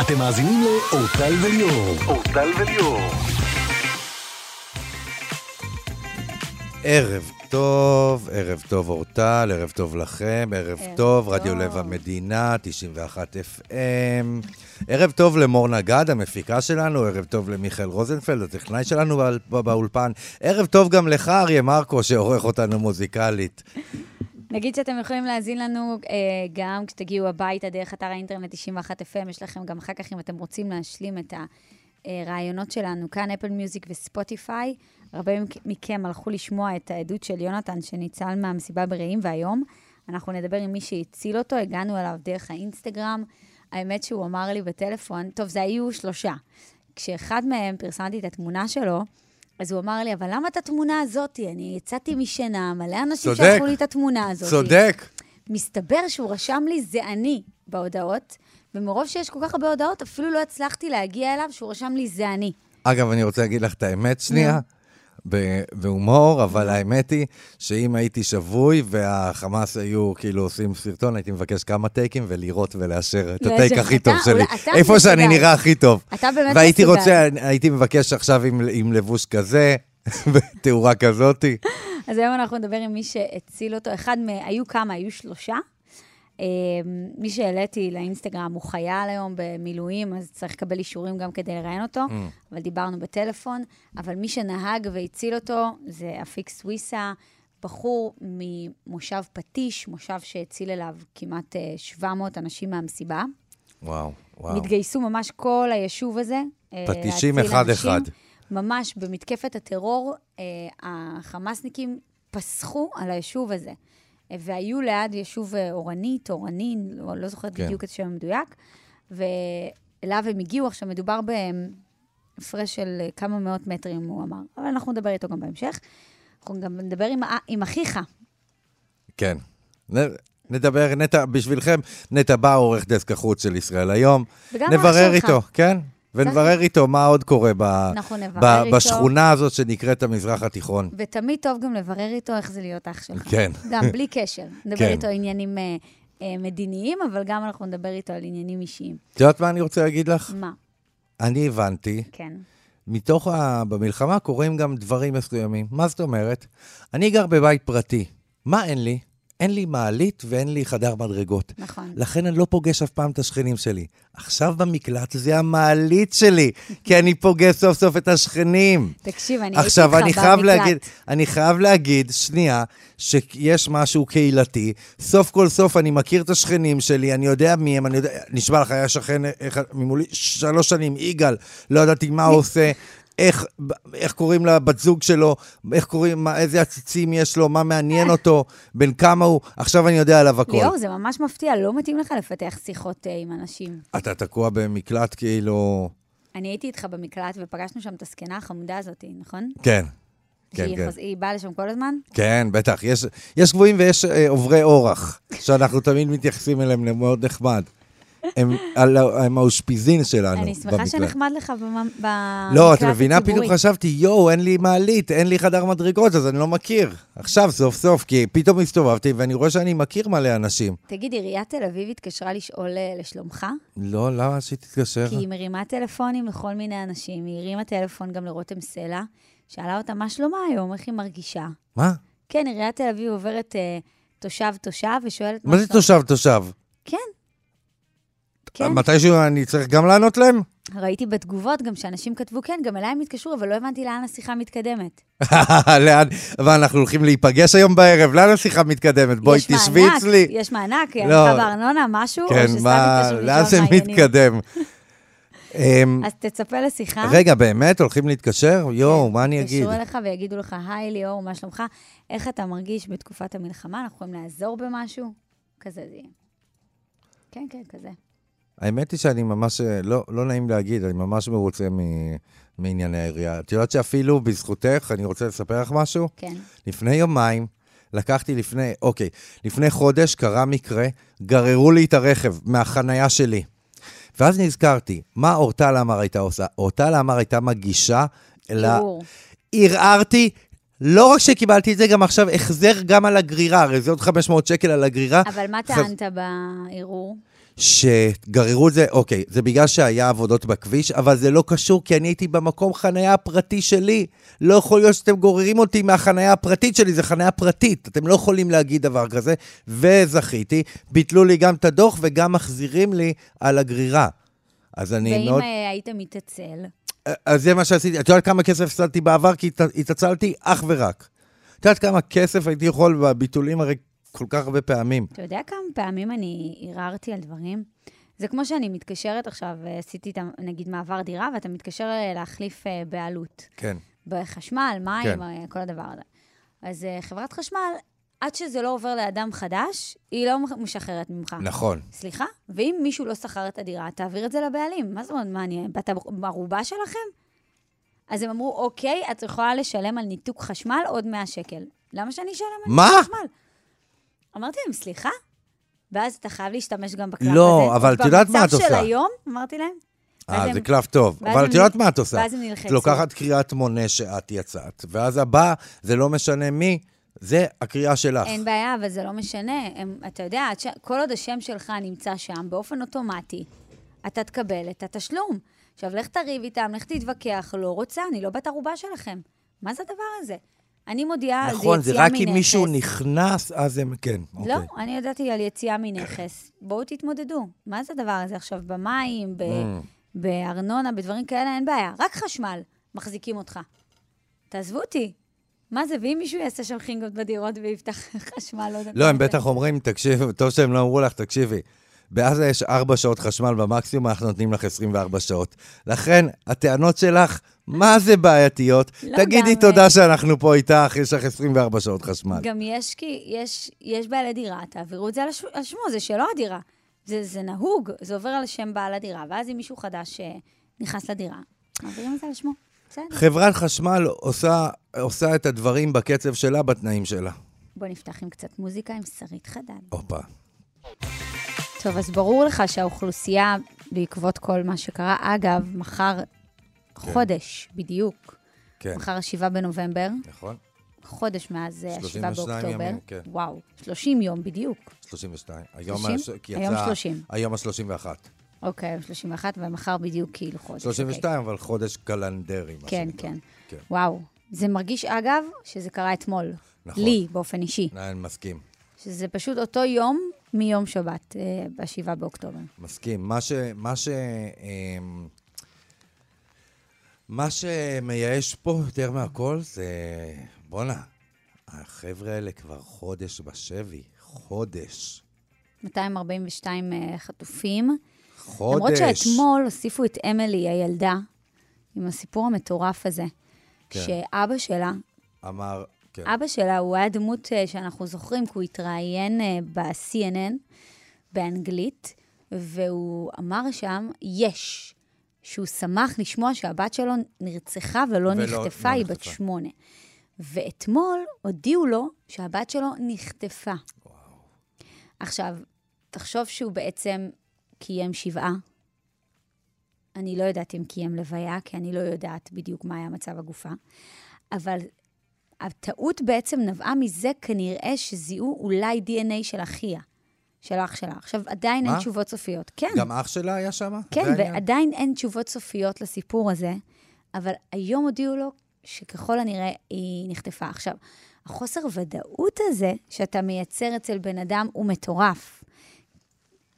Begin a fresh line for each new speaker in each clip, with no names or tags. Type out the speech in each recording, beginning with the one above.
אתם מאזינים לאורטל וליאור. אורטל וליאור.
ערב טוב, ערב טוב אורטל, ערב טוב לכם, ערב
ערב
טוב, רדיו
טוב.
לב המדינה, 91 FM. ערב טוב למור נגד, המפיקה שלנו, ערב טוב למיכאל רוזנפלד, הטכנאי שלנו באל- בא- באולפן. ערב טוב גם לך, אריה מרקו, שעורך אותנו מוזיקלית.
נגיד שאתם יכולים להאזין לנו אה, גם כשתגיעו הביתה דרך אתר האינטרנט 91 FM, יש לכם גם אחר כך, אם אתם רוצים להשלים את הרעיונות שלנו, כאן אפל מיוזיק וספוטיפיי. הרבה מכ- מכם הלכו לשמוע את העדות של יונתן שניצל מהמסיבה ברעים, והיום אנחנו נדבר עם מי שהציל אותו, הגענו אליו דרך האינסטגרם. האמת שהוא אמר לי בטלפון, טוב, זה היו שלושה. כשאחד מהם פרסמתי את התמונה שלו, אז הוא אמר לי, אבל למה את התמונה הזאתי? אני יצאתי משינה, מלא אנשים
צודק.
שלחו לי את התמונה
אוקיי.
הזאת.
צודק.
מסתבר שהוא רשם לי זה אני בהודעות, ומרוב שיש כל כך הרבה הודעות, אפילו לא הצלחתי להגיע אליו שהוא רשם לי זה אני.
אגב, אני רוצה להגיד לך את האמת שנייה, ב- בהומור, אבל האמת היא שאם הייתי שבוי והחמאס היו כאילו עושים סרטון, הייתי מבקש כמה טייקים ולראות ולאשר את
לאשר.
הטייק הכי טוב
אתה-
שלי.
אולי אתה
איפה שאני
מסוגל.
נראה הכי טוב.
אתה באמת
והייתי
מסוגל.
רוצה, הייתי מבקש עכשיו עם, עם לבוש כזה, ותאורה כזאתי.
אז היום אנחנו נדבר עם מי שהציל אותו. אחד מ... היו כמה, היו שלושה. אה, מי שהעליתי לאינסטגרם הוא חייל היום במילואים, אז צריך לקבל אישורים גם כדי לראיין אותו, אבל דיברנו בטלפון. אבל מי שנהג והציל אותו זה אפיק סוויסה, בחור ממושב פטיש, מושב שהציל אליו כמעט אה, 700 אנשים מהמסיבה.
וואו, וואו.
התגייסו ממש כל היישוב הזה. אה,
פטישים
להציל
אחד-אחד.
אנשים. ממש במתקפת הטרור, אה, החמאסניקים פסחו על היישוב הזה. אה, והיו ליד יישוב אה, אורנית, אורנין, לא, לא זוכרת
כן.
כן. בדיוק את השם המדויק, ואליו הם הגיעו. עכשיו, מדובר בהפרש של אה, כמה מאות מטרים, הוא אמר. אבל אנחנו נדבר איתו גם בהמשך. אנחנו גם נדבר עם, ה- עם אחיך.
כן. נ- נדבר, נטע, בשבילכם, נטע בר, עורך דסק החוץ של ישראל היום.
וגם
נברר
האח שלך.
איתו, כן? ונברר איתו מה עוד קורה ב,
אנחנו נברר
ב,
איתו.
בשכונה הזאת שנקראת המזרח התיכון.
ותמיד טוב גם לברר איתו איך זה להיות אח שלך.
כן.
גם בלי קשר. נדבר
כן.
איתו עניינים אה, אה, מדיניים, אבל גם אנחנו נדבר איתו על עניינים אישיים.
את יודעת מה אני רוצה להגיד לך?
מה?
אני הבנתי,
כן.
מתוך ה... במלחמה קורים גם דברים מסוימים. מה זאת אומרת? אני גר בבית פרטי. מה אין לי? אין לי מעלית ואין לי חדר מדרגות.
נכון.
לכן אני לא פוגש אף פעם את השכנים שלי. עכשיו במקלט זה המעלית שלי, כי אני פוגש סוף סוף את השכנים.
תקשיב, אני הייתי
עכשיו, אני
איתך
חייב להגיד,
במקלט.
אני חייב להגיד, שנייה, שיש משהו קהילתי. סוף כל סוף אני מכיר את השכנים שלי, אני יודע מי הם, אני יודע, נשבע לך, היה שכן אחד ממולי שלוש שנים, יגאל, לא ידעתי מה הוא עושה. איך, איך קוראים לבת זוג שלו, איך קוראים, מה, איזה עציצים יש לו, מה מעניין אותו, בן כמה הוא, עכשיו אני יודע עליו הכול.
אה. ליאור, זה ממש מפתיע, לא מתאים לך לפתח שיחות אה, עם אנשים.
אתה תקוע במקלט כאילו...
אני הייתי איתך במקלט ופגשנו שם את הזקנה החמודה הזאת, נכון?
כן. כן,
שהיא
כן.
חוז- היא באה לשם כל הזמן?
כן, בטח. יש, יש גבוהים ויש אה, עוברי אורח, שאנחנו תמיד מתייחסים אליהם למאוד נחמד. הם, על, ה- הם האושפיזין שלנו
אני שמחה
במקלט.
שנחמד לך במ- במקלט
לא, את מבינה?
הציבורי.
פתאום חשבתי, יואו, אין לי מעלית, אין לי חדר מדרגות, אז אני לא מכיר. עכשיו, סוף סוף, כי פתאום הסתובבתי ואני רואה שאני מכיר מלא אנשים.
תגיד, עיריית תל אביב התקשרה לשאול אה, לשלומך?
לא, למה שהיא תתקשר?
כי היא מרימה טלפונים לכל מיני אנשים, היא הרימה טלפון גם לרותם סלע, שאלה אותה מה שלומה היום, איך היא מרגישה.
מה?
כן, עיריית תל אביב עוברת אה, תושב-תושב ושואלת
מה זה
שלום-
תושב תושב?
כן, כן.
מתישהו אני צריך גם לענות להם?
ראיתי בתגובות גם שאנשים כתבו, כן, גם אליי הם התקשרו, אבל לא הבנתי לאן השיחה מתקדמת.
לאן? ואנחנו הולכים להיפגש היום בערב, לאן השיחה מתקדמת? בואי
יש מענק,
תשבי אצלי.
יש מענק,
לא.
הנחה בארנונה, משהו, או
כן,
שסתם
מה,
התקשרו
לאן זה
לשאול מה העניינים.
מתקדם? אמ,
אז תצפה לשיחה.
רגע, באמת? הולכים להתקשר? יואו,
כן,
מה אני אגיד?
יתקשרו אליך ויגידו לך, היי ליאור, מה שלומך? איך אתה מרגיש בתקופת המלחמה? אנחנו יכולים לעזור במשהו? כזה זה יהיה. כן, כן, כזה.
האמת היא שאני ממש, אה, לא לא נעים להגיד, אני ממש מרוצה מ- מענייני העירייה. את יודעת שאפילו בזכותך, אני רוצה לספר לך משהו?
כן.
לפני יומיים, לקחתי לפני, אוקיי, לפני חודש קרה מקרה, גררו לי את הרכב מהחנייה שלי. ואז נזכרתי, מה אורטל עמר הייתה עושה? אורטל עמר הייתה מגישה ל...
ערעור.
ערערתי, לא רק שקיבלתי את זה, גם עכשיו החזר גם על הגרירה, הרי זה עוד 500 שקל על הגרירה.
אבל מה
חז-
טענת בערעור?
שגררו את זה, אוקיי, זה בגלל שהיה עבודות בכביש, אבל זה לא קשור, כי אני הייתי במקום חניה הפרטי שלי. לא יכול להיות שאתם גוררים אותי מהחניה הפרטית שלי, זה חניה פרטית. אתם לא יכולים להגיד דבר כזה, וזכיתי. ביטלו לי גם את הדוח וגם מחזירים לי על הגרירה. אז אני לא-
ואם
מאוד...
אה, היית מתעצל?
אז זה מה שעשיתי. את יודעת כמה כסף הפסדתי בעבר? כי הת- התעצלתי אך ורק. את יודעת כמה כסף הייתי יכול בביטולים הרי כל כך הרבה פעמים.
אתה יודע כמה פעמים אני ערערתי על דברים? זה כמו שאני מתקשרת עכשיו, אה, עשיתי את ה- נגיד מעבר דירה, ואתה מתקשר אה, להחליף אה, בעלות.
כן.
בחשמל, מים,
כן.
כן. כל הדבר הזה. אז אה, חברת חשמל, עד שזה לא עובר לאדם חדש, היא לא מח- משחררת ממך.
נכון.
סליחה? ואם מישהו לא שכר את הדירה, תעביר את זה לבעלים. מה זאת אומרת, מה, אני בת ערובה שלכם? אז הם אמרו, אוקיי, את יכולה לשלם על ניתוק חשמל עוד 100 שקל. למה שאני אשלם על
מה?
ניתוק חשמל? אמרתי להם, סליחה? ואז אתה חייב להשתמש גם בקלף
לא,
הזה.
אבל את יודעת מה את
במצב של
עושה.
היום, אמרתי להם, ואז
אה, זה
הם-
קלף טוב.
ואז
אבל
הם
את יודעת
נ-
מה את עושה.
ואז הם נלחצו.
את לוקחת קריאת מונה שאת יצאת, ואז הבא, זה לא משנה מי, זה הקריאה שלך.
אין בעיה, אבל זה לא משנה. הם, אתה יודע, עד ש... כל עוד השם שלך נמצא שם, באופן אוטומטי, אתה תקבל את התשלום. עכשיו, לך תריב איתם, לך תתווכח, לא רוצה, אני לא בת ערובה שלכם. מה זה הדבר הזה? אני מודיעה על יציאה
נכון,
מנכס.
זה רק אם מישהו נכנס, אז הם כן.
לא,
אוקיי.
אני ידעתי על יציאה מנכס. בואו תתמודדו. מה זה הדבר הזה עכשיו? במים, ב...
Mm.
בארנונה, בדברים כאלה, אין בעיה. רק חשמל מחזיקים אותך. תעזבו אותי. מה זה, ואם מישהו יעשה שם חינגות בדירות ויפתח חשמל, לא יודעת.
לא,
מה
הם
זה.
בטח אומרים, תקשיב, טוב שהם לא אמרו לך, תקשיבי, בעזה יש 4 שעות חשמל במקסימום, אנחנו נותנים לך 24 שעות. לכן, הטענות שלך, מה זה בעייתיות?
לא,
תגידי
גם,
תודה
אה,
שאנחנו פה איתך, יש לך 24 שעות חשמל.
גם יש, כי יש, יש בעלי דירה, תעבירו את זה על, הש, על שמו, זה שלו הדירה. זה, זה נהוג, זה עובר על שם בעל הדירה, ואז אם מישהו חדש אה, נכנס לדירה, מעבירים את זה על שמו. בסדר,
חברת חשמל עושה, עושה את הדברים בקצב שלה, בתנאים שלה.
בוא נפתח עם קצת מוזיקה עם שרית חדד.
הופה.
טוב, אז ברור לך שהאוכלוסייה, בעקבות כל מה שקרה, אגב, מחר חודש בדיוק,
כן,
מחר ה-7 בנובמבר,
נכון?
חודש מאז אה, ה-7
32
באוקטובר.
ימים, כן.
וואו, 30 יום בדיוק.
32. היום,
30?
ה- כי
היום 30.
היום ה-31.
אוקיי, היום 31, ומחר בדיוק כאילו חודש. אוקיי.
32, אבל חודש קלנדרי, מה
כן,
שנקרא.
כן.
כן.
וואו. זה מרגיש, אגב, שזה קרה אתמול.
נכון.
לי, באופן אישי.
אני מסכים.
שזה פשוט אותו יום מיום שבת, אה, ב-7 באוקטובר.
מסכים. מה ש... מה ש... אמ, מה שמייאש פה יותר מהכל זה... בואנה, החבר'ה האלה כבר חודש בשבי. חודש.
242 אה, חטופים.
חודש.
למרות שאתמול הוסיפו את אמילי, הילדה, עם הסיפור המטורף הזה.
כן.
שאבא שלה,
אמר... כן.
אבא שלה הוא היה דמות אה, שאנחנו זוכרים, כי הוא התראיין אה, ב-CNN באנגלית, והוא אמר שם, יש, שהוא שמח לשמוע שהבת שלו נרצחה ולא,
ולא-
נחטפה,
לא
היא בת
נחטפה.
שמונה. ואתמול הודיעו לו שהבת שלו נחטפה. וואו. עכשיו, תחשוב שהוא בעצם קיים שבעה. אני לא יודעת אם קיים לוויה, כי אני לא יודעת בדיוק מה היה מצב הגופה. אבל הטעות בעצם נבעה מזה כנראה שזיהו אולי DNA של אחיה, של אח שלה. עכשיו, עדיין
מה?
אין תשובות סופיות. כן,
גם אח שלה היה שם?
כן,
זה העניין?
ועדיין אין תשובות סופיות לסיפור הזה, אבל היום הודיעו לו שככל הנראה היא נחטפה. עכשיו, החוסר ודאות הזה שאתה מייצר אצל בן אדם הוא מטורף.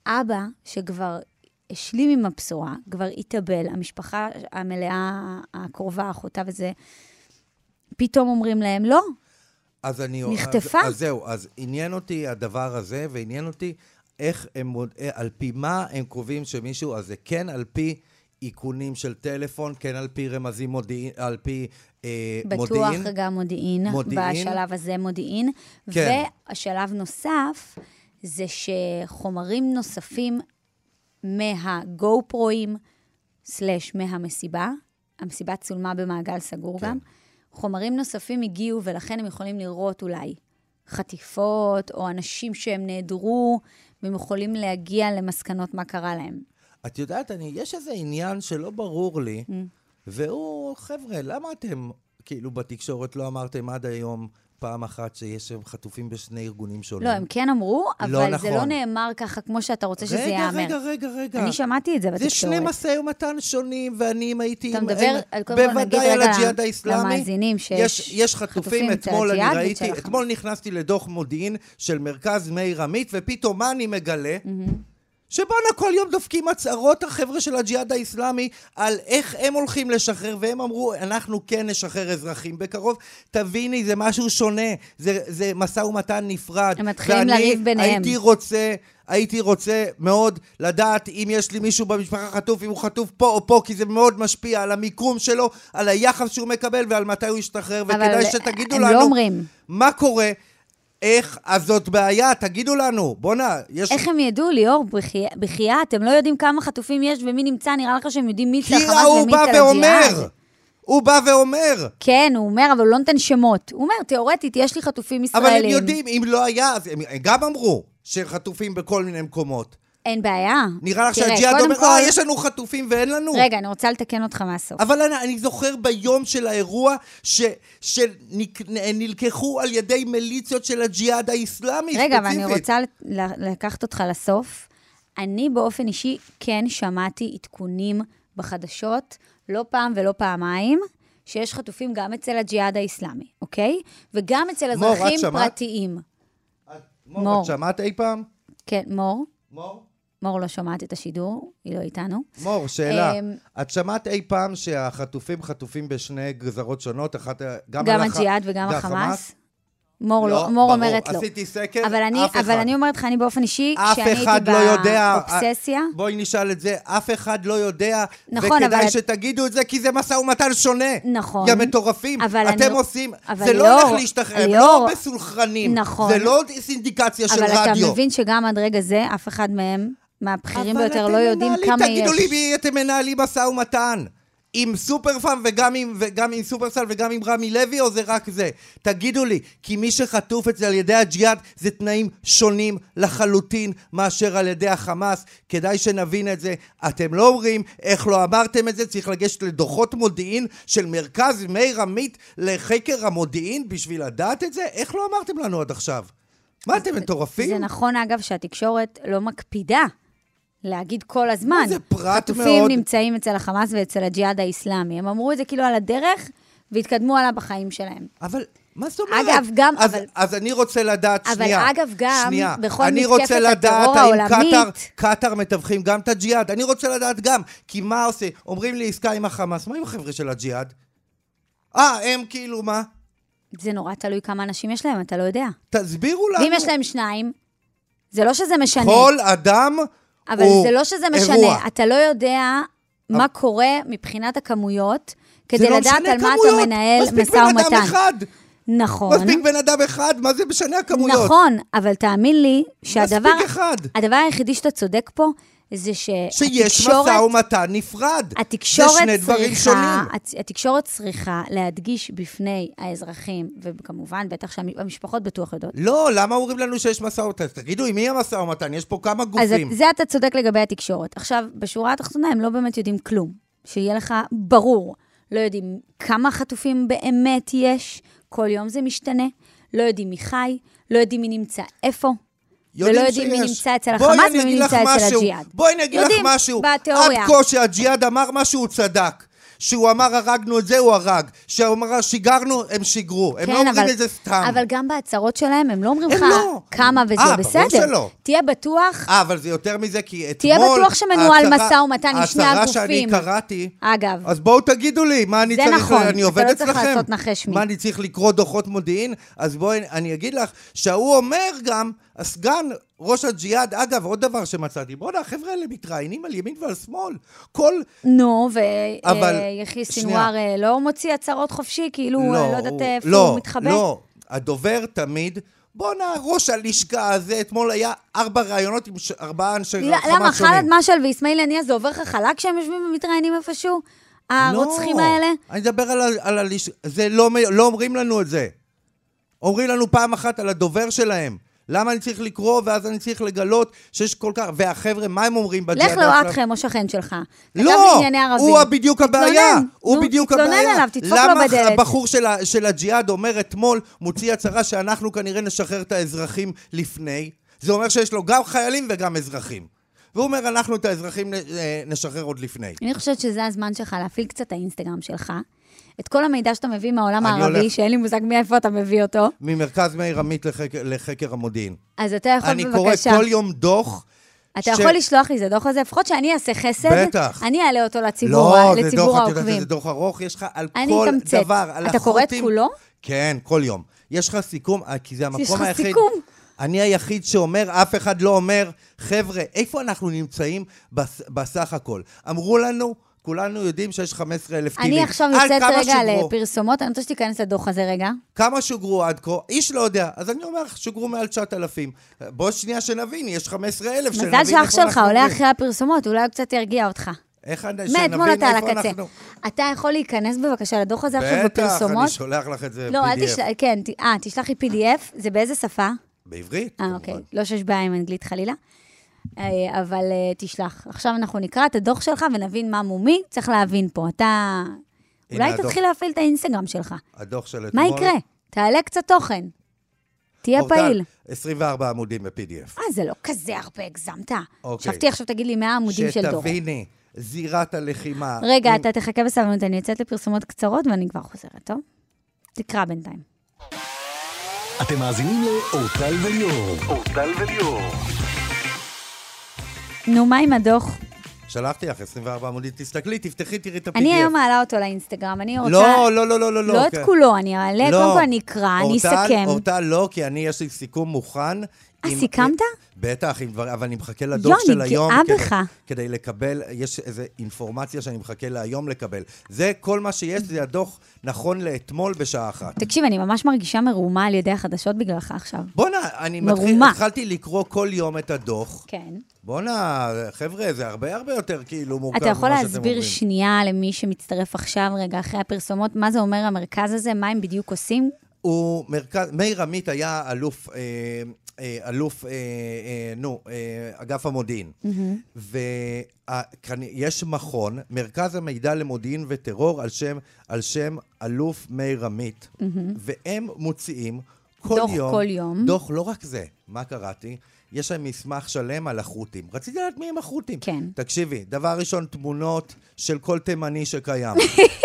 אבא, שכבר השלים עם הבשורה, כבר התאבל, המשפחה המלאה, הקרובה, אחותה וזה, פתאום אומרים להם, לא,
אז אני...
נחטפה?
אז, אז זהו, אז עניין אותי הדבר הזה, ועניין אותי איך הם... מוד- אה, על פי מה הם קובעים שמישהו... אז זה כן על פי איכונים של טלפון, כן על פי רמזים מודיעין, על פי אה,
בטוח
מודיעין.
גם מודיעין,
מודיעין.
מודיעין, בשלב הזה מודיעין.
כן.
והשלב נוסף זה שחומרים נוספים מהגו פרואים, סלאש מהמסיבה, המסיבה צולמה במעגל סגור
כן.
כן. גם, חומרים נוספים הגיעו ולכן הם יכולים לראות אולי חטיפות או אנשים שהם נעדרו, והם יכולים להגיע למסקנות מה קרה להם.
את יודעת, אני, יש איזה עניין שלא ברור לי,
Mm.
והוא, חבר'ה, למה אתם, כאילו, בתקשורת לא אמרתם עד היום פעם אחת שיש שם חטופים בשני ארגונים שונים.
לא, הם כן אמרו, אבל
אוקיי. לא
זה
נכון.
לא נאמר ככה כמו שאתה רוצה שזה ייאמר.
רגע, רגע, רגע, רגע.
אני שמעתי את זה
זה
בתקשורת.
שני משאי ומתן שונים, ואני אם הייתי...
אתה
עם-
מדבר
אין-
על- קודם כל נגיד
בוודאי על
רגע
הג'יהאד האיסלאמי.
למאזינים שיש
יש, יש
חטופים
חטופים,
אצל
אתמול אני
הג'יהאד
ראיתי,
ואצל
אתמול נכנסתי לדוח מודיעין של מרכז מאיר עמית, ופתאום מה אני מגלה? שבואנה כל יום דופקים הצהרות החבר'ה של הג'יהאד האיסלאמי על איך הם הולכים לשחרר, והם אמרו, אנחנו כן נשחרר אזרחים בקרוב. תביני, זה משהו שונה, זה, זה משא ומתן נפרד.
הם מתחילים לריב ביניהם.
ואני הייתי רוצה, הייתי רוצה מאוד לדעת אם יש לי מישהו במשפחה חטוף, אם הוא חטוף פה או פה, כי זה מאוד משפיע על המיקום שלו, על היחס שהוא מקבל ועל מתי הוא ישתחרר,
אבל
וכדאי שתגידו
הם
לנו...
לא אומרים.
מה קורה? איך? אז זאת בעיה, תגידו לנו. בואנה, יש...
איך הם ידעו, ליאור, בחייאת, בחייאת, אתם לא יודעים כמה חטופים יש ומי נמצא, נראה לך שהם יודעים מי אצל
כי
החמאס
ההוא
ומי
בא
אצל
ואומר,
הג'יהאד.
הוא בא ואומר.
כן, הוא אומר, אבל הוא לא נותן שמות. הוא אומר, תיאורטית, יש לי חטופים ישראלים.
אבל הם יודעים, אם לא היה, אז הם גם אמרו שחטופים בכל מיני מקומות.
אין בעיה.
נראה לך
תראה,
שהג'יהאד
קודם
אומר, אה, יש לנו חטופים ואין לנו.
רגע, אני רוצה לתקן אותך מהסוף.
אבל אני, אני זוכר ביום של האירוע ש, שנלקחו על ידי מיליציות של הג'יהאד האיסלאמי ספציפית.
רגע, אבל אני רוצה לת- ל- לקחת אותך לסוף. אני באופן אישי כן שמעתי עדכונים בחדשות, לא פעם ולא פעמיים, שיש חטופים גם אצל הג'יהאד האיסלאמי, אוקיי? וגם אצל
מור, את
אזרחים
שמעת?
פרטיים.
אה, מור,
מור.
את שמעת אי פעם?
כן, מור?
מור?
מור לא שומעת את השידור, היא לא איתנו.
מור, שאלה.
אמ,
את שמעת אי פעם שהחטופים חטופים בשני גזרות שונות? אחת, גם,
גם
על הח-
הג'יהאד וגם
זה
החמאס? מור, לא,
לא,
מור
ברור.
אומרת לא.
עשיתי סקר,
אבל אני,
אף
אבל
אחד.
אני אומרת לך, אני באופן אישי,
אף
כשאני
אחד
הייתי
לא יודע.
באובססיה,
בואי נשאל את זה, אף אחד לא יודע.
נכון, אבל-
וכדאי שתגידו את זה, כי זה משא ומתן שונה.
נכון.
יא מטורפים.
אבל
אתם
אני- לא-
עושים...
אבל
זה
ליאור,
לא הולך להשתחרר, הם
ליאור,
לא בסולחנים.
נכון.
זה לא סינדיקציה של
אבל
רדיו.
אתה מבין שגם עד רגע זה, אף אחד מהם, מהבכירים
אבל
ביותר,
אתם
לא יודעים
מנהלים-
כמה
תגידו לי,
יש.
מי אתם מנהלים משא ומתן? עם סופרפארם וגם עם, וגם עם סופרסל וגם עם רמי לוי, או זה רק זה? תגידו לי, כי מי שחטוף אצל על ידי הג'יהאד זה תנאים שונים לחלוטין מאשר על ידי החמאס. כדאי שנבין את זה. אתם לא אומרים איך לא אמרתם את זה, צריך לגשת לדוחות מודיעין של מרכז מאיר עמית לחקר המודיעין בשביל לדעת את זה? איך לא אמרתם לנו עד עכשיו? מה, אתם מטורפים?
זה נכון, אגב, שהתקשורת לא מקפידה להגיד כל הזמן.
זה פרט
חטופים
מאוד.
נמצאים אצל החמאס ואצל הג'יהאד האיסלאמי. הם אמרו את זה כאילו על הדרך, והתקדמו הלאה בחיים שלהם.
אבל מה זאת אומרת?
אגב, גם-
אז,
אבל-
אז אני רוצה לדעת,
אבל
שנייה.
אגב, גם
שנייה,
בכל
אני
מתקפת
רוצה
הטרור
לדעת
העולמית-
האם קטאר, קטאר מתווכים גם את הג'יהאד. אני רוצה לדעת גם, כי מה עושה? אומרים לי עסקה עם החמאס, מה עם החבר'ה של הג'יהאד? אה, הם כאילו מה?
זה נורא תלוי כמה אנשים יש להם, אתה לא יודע.
תסבירו לנו.
ואם יש להם שניים, זה לא שזה משנה.
כל אדם
אבל
הוא
זה לא שזה משנה,
אירוע.
אתה לא יודע מה קורה מבחינת הכמויות,
זה
כדי
לא
לדעת
משנה
על מה אתה
כמויות.
מנהל
מספיק
משא
בן אדם
ומתן.
אחד.
נכון,
מספיק בן אדם אחד, מה זה משנה הכמויות?
נכון, אבל תאמין לי שהדבר,
מספיק אחד.
הדבר היחידי שאתה צודק פה, זה שהתקשורת...
שיש משא ומתן נפרד. זה
התקשורת
שני דברים
צריכה,
שונים.
הצ- התקשורת צריכה להדגיש בפני האזרחים, וכמובן, בטח שהמשפחות בטוח יודעות.
לא, למה אומרים לנו שיש משא ומתן? אז תגידו, עם מי המשא ומתן? יש פה כמה
אז
גופים.
את- זה אתה צודק לגבי התקשורת. עכשיו, בשורה התחתונה הם לא באמת יודעים כלום. שיהיה לך ברור. לא יודעים כמה חטופים באמת יש, כל יום זה משתנה. לא יודעים מי חי, לא יודעים מי נמצא איפה. ולא לא יודעים מי
שיש.
נמצא אצל
בואי
החמאס
אני
ומי
אגיד לך
נמצא אצל
משהו.
הג'יהאד.
בואי אני אגיד לך
יודעים,
משהו.
בתיאוריה.
עד כה שהג'יהאד אמר משהו, הוא צדק. שהוא אמר הרגנו את זה, הוא הרג. שהוא אמר שיגרנו, הם שיגרו. הם לא אומרים את זה סתם.
כן, אבל גם בהצהרות שלהם, הם לא אומרים
הם
לך
לא.
כמה וזה
אה, ברור
בסדר.
שלא.
תהיה בטוח,
אה, אבל זה יותר מזה, כי
תהיה
אתמול...
בטוח שמנוהל
ההצהרה-
משא ומתן עם שני
ההצהרה שאני
הגופים.
קראתי...
אגב.
אז בואו תגידו לי, מה אני
זה
צריך...
נכון,
אני
אתה
עובד
לא צריך
אצלכם?
לעשות נחש מי.
מה, אני צריך לקרוא דוחות מודיעין? אז בואי, אני אגיד לך שההוא אומר גם, הסגן ראש הג'יהאד, אגב, עוד דבר שמצאתי, בוא'נה, החבר'ה האלה מתראיינים על ימין ועל שמאל. כל...
נו,
אבל-
ויחיא
שנייה.
סנוואר אה, לא מוציא הצהרות חופשי, כאילו,
לא,
אני לא יודעת
הוא-
איפה
לא,
הוא מתחבא?
לא, הדובר תמיד... בואנה, ראש הלשכה הזה, אתמול היה ארבע ראיונות עם ש... ארבעה אנשי
ל-
חמאס שונים.
למה חאלד משעל ואיסמעיל הנייה זה עובר לך חלק כשהם יושבים ומתראיינים איפשהו? הרוצחים
לא.
האלה?
אני מדבר על, ה- על הלש... זה לא, מ- לא אומרים לנו את זה. אומרים לנו פעם אחת על הדובר שלהם. למה אני צריך לקרוא, ואז אני צריך לגלות שיש כל כך... והחבר'ה, מה הם אומרים בג'יהאד?
לך לא לאוואקחם או שכן שלך. כתב
לא,
לענייני ערבים.
הוא בדיוק הבעיה.
תתלונן.
הוא
נו,
בדיוק
תתלונן
הבעיה.
עליו, תדפוק לו בדלת.
למה הבחור של ה- של הג'יהאד אומר אתמול, מוציא הצהרה שאנחנו כנראה נשחרר את האזרחים לפני? זה אומר שיש לו גם חיילים וגם אזרחים. והוא אומר, אנחנו את האזרחים נ- אה, נשחרר עוד לפני.
אני חושבת שזה הזמן שלך להפעיל קצת את האינסטגרם שלך. את כל המידע שאתה מביא מהעולם
אני
הערבי,
הולך.
שאין לי מושג מאיפה אתה מביא אותו,
ממרכז מאיר עמית לחקר, לחקר המודיעין.
אז אתה יכול
אני קורא
בבקשה...
כל יום דוח.
אתה
ש-
יכול לשלוח לי את הדוח הזה, לפחות שאני אעשה חסד,
בטח.
אני אעלה אותו לציבור,
לא, זה
לציבור
דוח, את יודעת
העוקבים.
איזה דוח ארוך, יש לך על
אני
כל
אתמצת.
דבר, על
אתה קורא את
החות'ים.
כולו?
כן, כל יום. יש לך סיכום, אה, כי זה המקום
לך
היחיד...
סיכום?
אני היחיד שאומר, אף אחד לא אומר, חבר'ה, איפה אנחנו נמצאים בס, בסך הכל? אמרו לנו, כולנו יודעים שיש 15,000 טילים.
אני עכשיו
על
יוצאת
כמה
רגע
שוגרו?
לפרסומות, אני רוצה שתיכנס לדוח הזה רגע.
כמה שוגרו עד כה? איש לא יודע. אז אני אומר לך, שוגרו מעל 9,000. בוא שנייה שנבין, יש 15,000 שנבין
מזל שאח
איפה
שלך
אנחנו
עולה
עומדים.
אחרי הפרסומות, אולי הוא קצת ירגיע אותך.
איך אני-
מאתמול
שנבין
אתה על
איפה
הקצה.
אנחנו...
אתה יכול להיכנס בבקשה לדוח הזה עכשיו
בטח,
בפרסומות?
אני שולח לך את זה
לא, אל
PDF.
תשלח, כן, ת- אה, תשלח לי PDF, זה באיזה שפה?
בעברית,
אה, אוקיי. לא שיש בעיה עם אנגלית חלילה, אה, אבל אה, תשלח. עכשיו אנחנו נקרא את הדוח שלך ונבין מה מומי, צריך להבין פה. אתה...
הנה
אולי
הדוח.
תתחיל להפעיל את האינסטגרם שלך.
הדוח של אתמול.
מה יקרה? תעלה קצת תוכן. תהיה
אורטל,
פעיל.
24 עמודים ב-PDF.
אה, זה לא כזה הרבה, הגזמת.
אוקיי.
חשבתי עכשיו תגיד לי 100 עמודים של דוח.
שתביני, זירת הלחימה.
רגע,
אם-
אתה תחכה בסבלנות, אני יוצאת לפרסומות קצרות ואני כבר חוזרת, טוב? תקרא בינתיים.
אתם מאזינים לאורטל וליאור. אורטל וליאור.
נו, מה עם הדוח?
שלחתי לך 24 עמודים, תסתכלי, תפתחי, תראי את ה-PDF.
אני היום מעלה אותו לאינסטגרם, אני רוצה...
לא, לא, לא, לא, לא.
לא את
כן.
כולו, אני אעלה,
לא.
קודם כל אני אקרא, אני
אורטל-
אסכם.
אורטל לא, כי אני, יש לי סיכום מוכן.
אה,
עם-
סיכמת?
בטח, עם דבר- אבל אני מחכה
יו,
לדוח
אני
של
גאה
היום. כדי-
בך.
כדי לקבל, יש איזו אינפורמציה שאני מחכה להיום לקבל. זה כל מה שיש, זה הדוח נכון לאתמול בשעה אחת.
תקשיב, אני ממש מרגישה מרומה על ידי החדשות בגללך עכשיו.
בואנה, אני מתחיל,
מרומה.
התחלתי לקרוא כל יום את הדוח.
כן.
בואנה, חבר'ה, זה הרבה הרבה יותר כאילו מורכב
אתה
ממה
יכול
שאתם
להסביר
אומרים.
שנייה למי שמצטרף עכשיו, רגע אחרי הפרסומות, מה זה אומר המרכז הזה, מה הם בדיוק עושים?
הוא מרכז... מאיר עמית היה אלוף, אה, אה, אלוף, אה, אה, נו, אה, אגף המודיעין.
Mm-hmm.
ויש מכון, מרכז המידע למודיעין וטרור, על שם, על שם אלוף מאיר עמית, והם מוציאים כל
Mm-hmm. דוח
יום...
כל יום.
דוח, לא רק זה. מה קראתי? יש להם מסמך שלם על החות'ים. רציתי לדעת מי הם החות'ים.
כן.
תקשיבי, דבר ראשון, תמונות של כל תימני שקיים.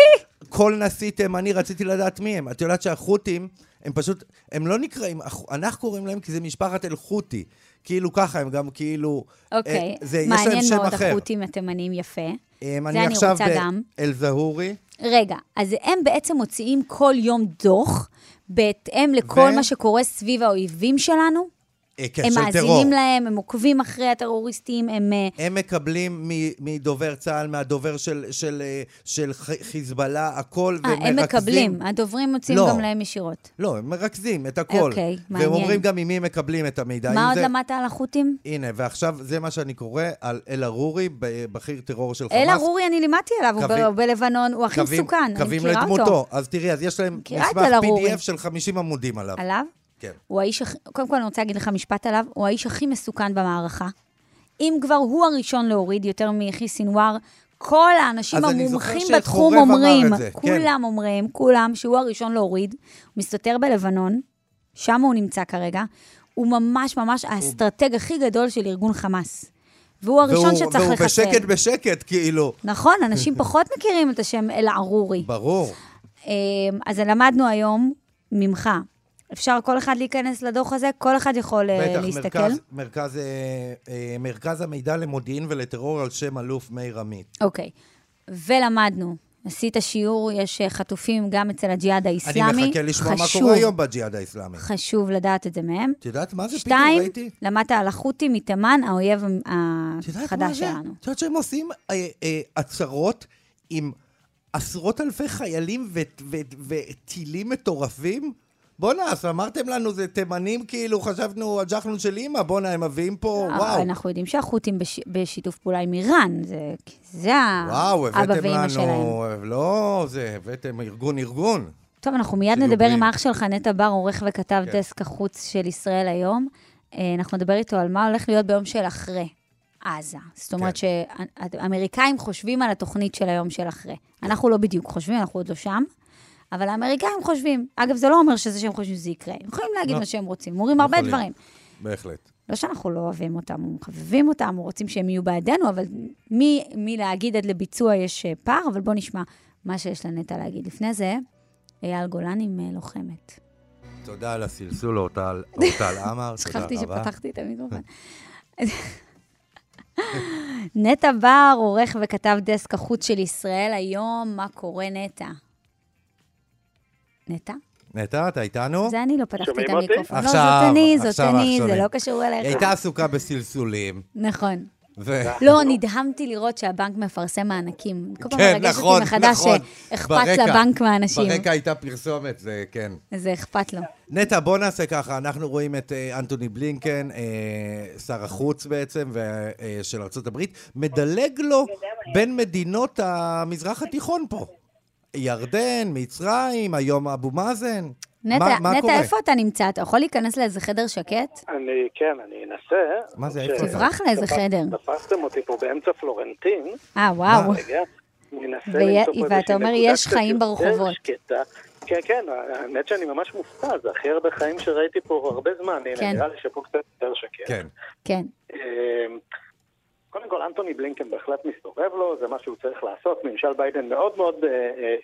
כל נשיא תימני, רציתי לדעת מי הם. את יודעת שהחות'ים, הם פשוט, הם לא נקראים, אח- אנחנו קוראים להם כי זה משפחת אל-חות'י. כאילו ככה, הם גם כאילו...
אוקיי,
אה, זה- יש להם
מעניין
שם
מאוד,
אחר.
החות'ים התימנים יפה.
הם,
זה אני
עכשיו
רוצה גם.
אל-זהורי.
רגע, אז הם בעצם מוציאים כל יום דוח, בהתאם לכל
ו-
מה שקורה סביב האויבים שלנו.
אה, כן,
הם
של טרור.
מאזינים להם, הם עוקבים אחרי הטרוריסטים, הם... אה,
הם מקבלים מ- מדובר צה"ל, מהדובר של, של, אה, של ח- חיזבאללה, הכל,
אה, הם מקבלים, הדוברים מוציאים
לא.
גם להם ישירות.
לא, הם מרכזים את הכל.
אוקיי, מעניין.
והם אומרים גם ממי הם מקבלים את המידע. אם
מה עוד
זה-
למדת על החות'ים?
הנה, ועכשיו זה מה שאני קורא על אל-ערורי, ב- בכיר טרור של חמאס.
אל ערורי, אני לימדתי עליו, הוא
קווים-
ב- בלבנון, הוא הכי
קווים-
מסוכן, אני
קווים
מכירה אותו.
לדמותו. אז תראי, אז יש להם
מכירה את
מסמך
אל-ערורי.
PDF של 50 עמודים עליו.
עליו?
כן.
הוא האיש הכי, קודם כל אני רוצה להגיד לך משפט עליו, הוא האיש הכי מסוכן במערכה. אם כבר הוא הראשון להוריד יותר מיחיא סנוואר, כל האנשים
אז אני זוכר
המומחים
שחורב
בתחום
אמר
אומרים,
את זה, כן.
כולם אומרים, כולם, שהוא הראשון להוריד. הוא מסתתר בלבנון, שם הוא נמצא כרגע. הוא ממש ממש האסטרטג הכי גדול של ארגון חמאס. והוא הראשון
והוא-
שצריך
והוא
לחסל.
בשקט בשקט, כאילו.
נכון, אנשים פחות מכירים את השם אל-ערורי.
ברור.
אמ, אז למדנו היום ממך. אפשר כל אחד להיכנס לדוח הזה, כל אחד יכול אה,
בטח,
להסתכל.
מרכז- מרכז, אה, אה, מרכז המידע למודיעין ולטרור על שם אלוף מאיר עמית.
אוקיי. ולמדנו. עשית שיעור, יש אה, חטופים גם אצל הג'יהאד
אני
האיסלאמי.
מחכה לשמוע מה
חשוב,
קורה היום בג'יהאד האיסלאמי.
חשוב לדעת את זה מהם.
את יודעת מה זה פתאום
שתיים,
ראיתי?
למדת על החות'ים מתימן, האויב ה-
את יודעת מה
החדש
זה?
שלנו.
את יודעת שהם עושים אה, אה, הצהרות עם עשרות אלפי חיילים ו- ו- וטילים מטורפים? בואנה, אז אמרתם לנו, זה תימנים כאילו, חשבנו, הג'חנון של אימא, בואנה, הם מביאים פה,
אבל
וואו.
אה, אנחנו יודעים שהחות'ים בש... בשיתוף פעולה עם איראן, זה, זה
וואו,
האבא
הבאתם
ואימא שלהם.
לנו, לא, זה, הבאתם ארגון ארגון.
טוב, אנחנו מיד
שילובים.
נדבר עם האח שלך, נטע בר, עורך וכתב
כן.
דסק החוץ של ישראל היום. אה, אנחנו נדבר איתו על מה הולך להיות ביום של אחרי עזה. זאת אומרת
כן.
שהאמריקאים חושבים על התוכנית של היום של אחרי.
כן.
אנחנו לא בדיוק חושבים, אנחנו עוד לא שם, אבל האמריקאים חושבים. אגב, זה לא אומר שזה שהם חושבים שזה יקרה. הם יכולים להגיד
לא.
מה שהם רוצים, הם אומרים הרבה
יכולים.
דברים.
בהחלט.
לא שאנחנו לא אוהבים אותם, או מחבבים אותם, או רוצים שהם יהיו בעדינו, אבל מי- מלהגיד עד לביצוע יש אה, פער, אבל בואו נשמע מה שיש לנטע להגיד. לפני זה, אייל גולן עם אה, לוחמת.
תודה על הסלסול, אורטל אורטל עמר, תודה
שכחתי
רבה.
שפתחתי את המיקרופון. נטע בר, עורך וכתב דסק החוץ של ישראל היום, מה קורה נטע? נטע?
נטע, אתה איתנו?
זה אני לא פתחתי את
שומעים אותי?
המיקרופון. לא,
עכשיו,
זאת אני, זאת
עכשיו
אני,
אנחנו
זה לא
שומעים.
קשור
היא
אליך.
הייתה עסוקה בסלסולים.
נכון.
ו...
לא, נדהמתי לראות שהבנק מפרסם מענקים. כל פעם
כן,
מרגש
נכון,
אותי מחדש
נכון.
שאכפת
ברקע,
לבנק מהאנשים.
ברקע הייתה פרסומת, זה כן.
זה אכפת לו.
נטע, בוא נעשה ככה, אנחנו רואים את אה, אנטוני בלינקן, אה, שר החוץ בעצם, ו- אה, של ארה"ב, מדלג לו בין מדינות המזרח התיכון פה. ירדן, מצרים, היום אבו מאזן.
נטע,
מה- מה
נטע,
קורה?
איפה אתה נמצא? אתה יכול להיכנס לאיזה חדר שקט?
אני, כן, אני אנסה.
מה זה,
ש-
איפה זה?
תברח לאיזה
תפס-
חדר.
תפסתם אותי פה באמצע פלורנטין.
אה, וואו.
רגע, ננסה
ויה-
למצוא פה
ואתה
איזושהי
אומר,
נקודה
יש
קצת
חיים
יותר
ברחובות.
שקטה. כן, כן, האמת שאני ממש מופתע, זה הכי הרבה חיים שראיתי פה הרבה זמן.
כן.
הנה, נראה לי שפה קצת יותר שקט.
כן.
כן.
אמ, קודם כל, אנטוני בלינקן בהחלט מסתובב לו, זה מה שהוא צריך לעשות. ממשל ביידן מאוד מאוד, אה, אה,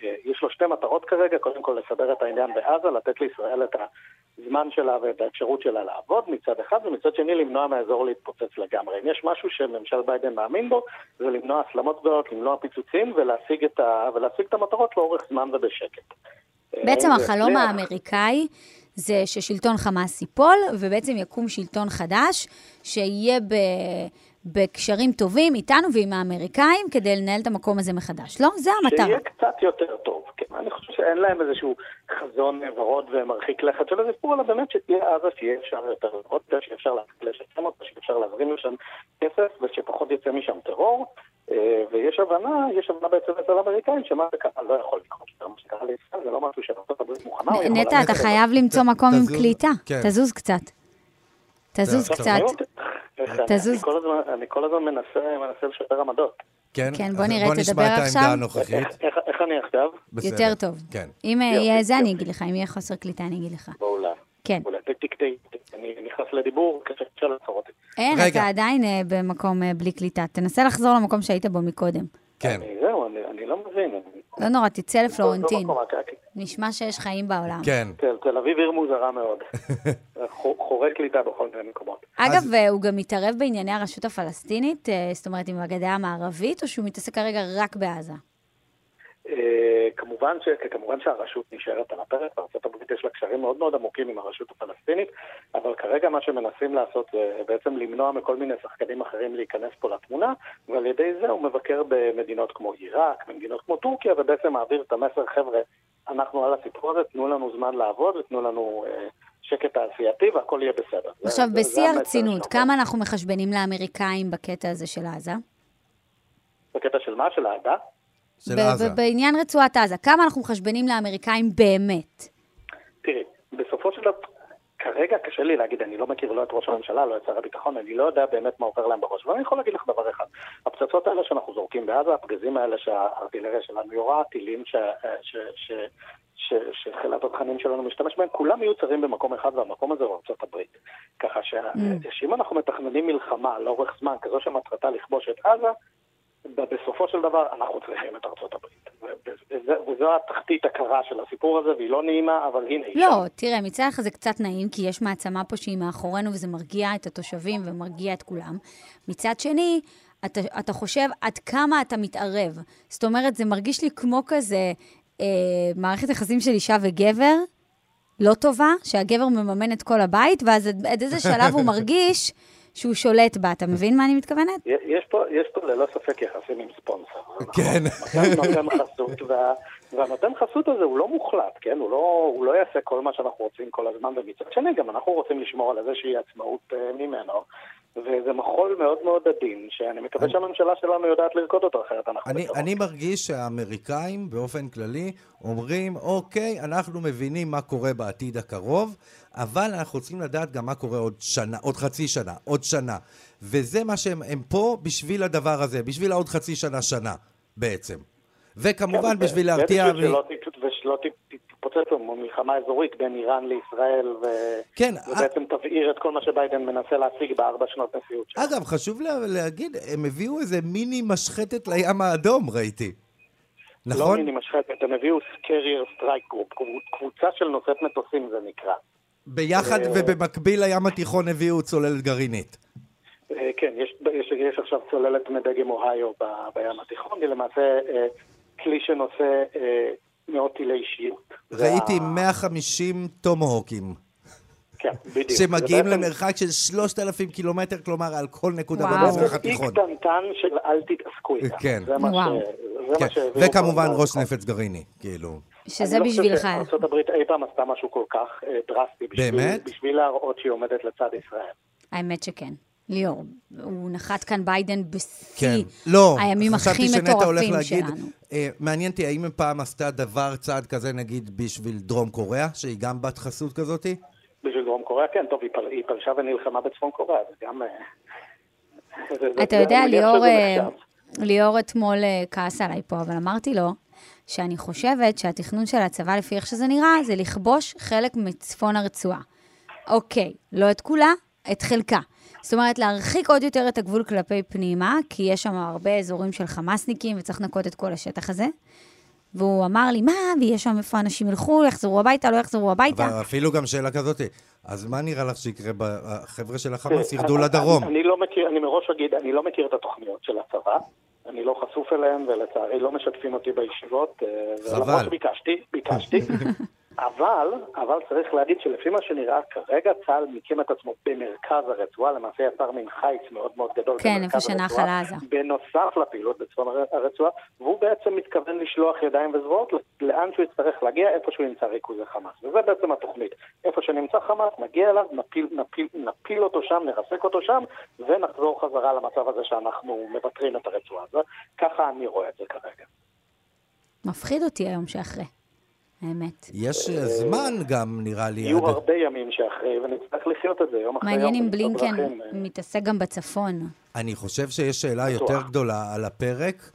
אה, יש לו שתי מטרות כרגע, קודם כל לסדר את העניין בעזה, לתת לישראל את הזמן שלה ואת האפשרות שלה לעבוד מצד אחד, ומצד שני למנוע מהאזור להתפוצץ לגמרי. אם יש משהו שממשל ביידן מאמין בו, זה למנוע הסלמות גדולות, למנוע פיצוצים ולהשיג את, ה... ולהשיג את המטרות לאורך זמן ובשקט.
בעצם
אה, זה
החלום
הצליח.
האמריקאי זה ששלטון חמאס ייפול, ובעצם יקום שלטון חדש, שיהיה ב... בקשרים טובים איתנו ועם האמריקאים כדי לנהל את המקום הזה מחדש. לא? זה המטרה.
שיהיה קצת יותר טוב. כן, אני חושב שאין להם איזשהו חזון ורוד ומרחיק לכת של הסיפור, אלא באמת שתהיה עזה, שיהיה אפשר יותר לראות אותה, שיהיה אפשר לשקם אותה, שיהיה אפשר להזרים לשם כסף ושפחות יצא משם טרור. אה, ויש הבנה, יש הבנה בעצם אצל האמריקאים שמה שקרה לא יכול לקרות. יותר. מה שקרה לישראל זה לא משהו שארצות הברית מוכנה. או
אה,
נ-
יכולה
נטע, אתה
לעשות.
חייב למצוא מקום עם
תזוז-
קליטה.
כן.
תזוז קצת. תזוז
טוב,
קצת.
שומעים אותי? איך אני-
תזוז.
אוקיי. אני כל הזמן- אני כל הזמן מנסה מנסה לשפר עמדות.
כן,
כן, בוא
אז
נראה,
בוא
תדבר
נשמע את
עכשיו.
העמדה הנוכחית.
איך- איך- איך אני עכשיו?
בסדר.
יותר טוב.
כן.
אם אה,
יופי,
יהיה זה, אני
יופי.
אגיד לך. אם יהיה חוסר קליטה, אני אגיד לך.
באולם.
כן.
אולי תק תק אני נכנס לדיבור, קשה קשה לעצור אותי.
אין,
רגע.
אתה עדיין אה, במקום אה, בלי קליטה. תנסה לחזור למקום שהיית בו מקודם.
כן.
אני- זהו, אני- אני לא מבין. אני-
לא נורא, תצא לפלורנטין.
לא מקום, רק-
נשמע שיש חיים בעולם.
כן.
תל- תל אביב עיר מוזרה מאוד. חו- חורק קליטה בכל מיני מקומות.
אגב, אז... הוא גם מתערב בענייני הרשות הפלסטינית, אה, זאת אומרת, עם הגדה המערבית, או שהוא מתעסק כרגע רק בעזה?
לא, אה, כמובן, ש... כמובן שהרשות נשארת על הפרק, בארה"ב יש לה קשרים מאוד מאוד עמוקים עם הרשות הפלסטינית, אבל כרגע מה שמנסים לעשות זה בעצם למנוע מכל מיני שחקנים אחרים להיכנס פה לתמונה, ועל ידי זה הוא מבקר במדינות כמו עיראק, במדינות כמו טורקיה, ובעצם מעביר את המסר, חבר'ה, אנחנו על הסיפור הזה, תנו לנו זמן לעבוד ותנו לנו אה, שקט תעשייתי והכל יהיה בסדר. זה-
עכשיו,
זה- זה
בשיא
המסר
הרצינות,
שלו.
כמה אנחנו מחשבנים לאמריקאים בקטע הזה של עזה?
בקטע של מה? של העדה?
של
ב-
עזה.
ב- בעניין רצועת עזה, כמה אנחנו מחשבנים לאמריקאים באמת?
תראי, בסופו של דבר, כרגע קשה לי להגיד, אני לא מכיר לא את ראש הממשלה, לא את שר הביטחון, אני לא יודע באמת מה עובר להם בראש, אבל אני יכול להגיד לך דבר אחד, הפצצות האלה שאנחנו זורקים בעזה, הפגזים האלה שהארטילריה שלנו יורה, הטילים ש... ש... ש... ש... שחיל התותחנים שלנו משתמש בהם, כולם מיוצרים במקום אחד, והמקום הזה הוא ארצות הברית. ככה ש- שאם אנחנו מתכננים מלחמה לאורך זמן, כזו שמטרתה לכבוש את עזה, ב- בסופו של דבר אנחנו צריכים את ארצות הברית. ו- וזה- וזו התחתית הקרה של הסיפור הזה, והיא לא נעימה, אבל הנה היא שם.
לא, תראה, מצד אחד זה קצת נעים, כי יש מעצמה פה שהיא מאחורינו וזה מרגיע את התושבים ומרגיע את כולם. מצד שני, אתה, אתה חושב עד כמה אתה מתערב. זאת אומרת, זה מרגיש לי כמו כזה אה, מערכת יחסים של אישה וגבר. לא טובה, שהגבר מממן את כל הבית, ואז עד עד איזה שלב הוא מרגיש שהוא שולט בה. אתה מבין מה אני מתכוונת?
י- יש פה, יש פה ללא ספק יחסים עם ספונסר.
כן.
נותן- נותן חסות, וה, והנותן חסות הזה הוא לא מוחלט, כן? הוא לא, הוא לא יעשה כל מה שאנחנו רוצים כל הזמן, ומצד שני גם אנחנו רוצים לשמור על איזושהי עצמאות אה, ממנו. וזה מחול מאוד מאוד עדין, שאני מקווה שהממשלה שלנו יודעת לרקוד אותו, אחרת אנחנו...
אני,
בצרות.
אני מרגיש שהאמריקאים באופן כללי אומרים, אוקיי, אנחנו מבינים מה קורה בעתיד הקרוב, אבל אנחנו צריכים לדעת גם מה קורה עוד שנה, עוד חצי שנה, עוד שנה. וזה מה שהם הם פה בשביל הדבר הזה, בשביל העוד חצי שנה, שנה בעצם. וכמובן
כן,
בשביל
ו-
להרתיע...
ובשביל
מ-
שלא ת- ושלא ת- תתפוצץ לנו מלחמה אזורית בין איראן לישראל, ו...
כן,
ובעצם תבעיר את כל מה שביידן מנסה להשיג בארבע שנות נשיאות שלו.
אגב, חשוב לה, להגיד, הם הביאו איזה מיני משחטת לים האדום, ראיתי.
לא
נכון?
מיני משחטת, הם הביאו סקרייר סטרייק גרופ, קבוצה של נושאת מטוסים זה נקרא.
ביחד
אה,
ובמקביל לים התיכון הביאו צוללת גרעינית.
אה, כן, יש, יש, יש עכשיו צוללת מדגם אוהיו ב, בים התיכון, היא למעשה אה, כלי שנושא אה, מאות טילי שיוט.
ראיתי
וה-
150 טומהוקים,
כן, בדיוק.
שמגיעים
זה בעצם
למרחק של 3,000 קילומטר, כלומר על כל נקודה
וואו.
במזרח
זה אי
התיכון.
קטנטן של אל תתעסקו איתה.
כן.
זה מה ש-
וואו.
זה
כן,
מה שהביאו
וכמובן
פה.
ראש נפץ גרעיני, כאילו.
שזה
אני לא חושב
בשבילך.
שארה"ב אי פעם עשתה משהו כל כך אה, דרסטי. בשביל-
באמת?
בשביל להראות שהיא עומדת לצד ישראל.
האמת שכן. ליאור, הוא נחת כאן ביידן בשיא
כן. לא,
הימים הכי
חשבתי שנטע הולך
מטורפים
להגיד,
שלנו.
אה, מעניין אותי, האם היא פעם עשתה דבר, צעד כזה, נגיד, בשביל דרום קוריאה, שהיא גם בת חסות כזאתי?
בשביל דרום קוריאה, כן, טוב, היא, פל... היא פלשה ונלחמה בצפון קוריאה, זה גם... אה, זה- זה-
אתה
זה-
יודע,
אני מניח
ליאור,
שזה
אה,
נחשב.
ליאור אתמול אה, כעס עליי פה, אבל אמרתי לו שאני חושבת שהתכנון של הצבא, לפי איך שזה נראה, זה לכבוש חלק מצפון הרצועה. אוקיי, לא את כולה, את חלקה. זאת אומרת, להרחיק עוד יותר את הגבול כלפי פנימה, כי יש שם הרבה אזורים של חמאסניקים וצריך לנקות את כל השטח הזה. והוא אמר לי, מה, ויש שם איפה אנשים ילכו, יחזרו הביתה, לא יחזרו הביתה.
אבל אפילו גם שאלה כזאתי. אז מה נראה לך שיקרה? ב- החבר'ה של החמאס
תראי,
ירדו
אני-
לדרום.
אני, אני לא מכיר, אני מראש אגיד, אני לא מכיר את התוכניות של הצבא, אני לא חשוף אליהן, ולצערי לא משתפים אותי בישיבות, אה,
חבל.
ולמרות שביקשתי, ביקשתי, אבל, אבל צריך להגיד שלפי מה שנראה כרגע, צה"ל מקים את עצמו במרכז הרצועה, למעשה יצר מין חיץ מאוד מאוד גדול
כן,
במרכז
איפה שנח
הרצועה,
על עזה.
בנוסף לפעילות בצפון הר- הרצועה, והוא בעצם מתכוון לשלוח ידיים וזרועות לאן שהוא יצטרך להגיע, איפה שהוא ימצא ריכוזי חמאס. וזה בעצם התוכנית. איפה שנמצא חמאס, נגיע אליו, נפיל, נפיל, נפיל אותו שם, נרסק אותו שם, ונחזור חזרה למצב הזה שאנחנו מוותרים את הרצועה הזאת. ככה אני רואה את זה כרגע.
מפחיד אותי היום שאחרי, האמת.
יש אה, זמן גם, נראה לי.
יהיו
עד-
הרבה ימים שאחרי, ונצטרך לחיות את זה יום אחרי יום.
מעניין אם
ולמצוא
בלינקן
דרכים, אה,
מתעסק גם בצפון.
אני חושב שיש שאלה יותר גדולה על הפרק,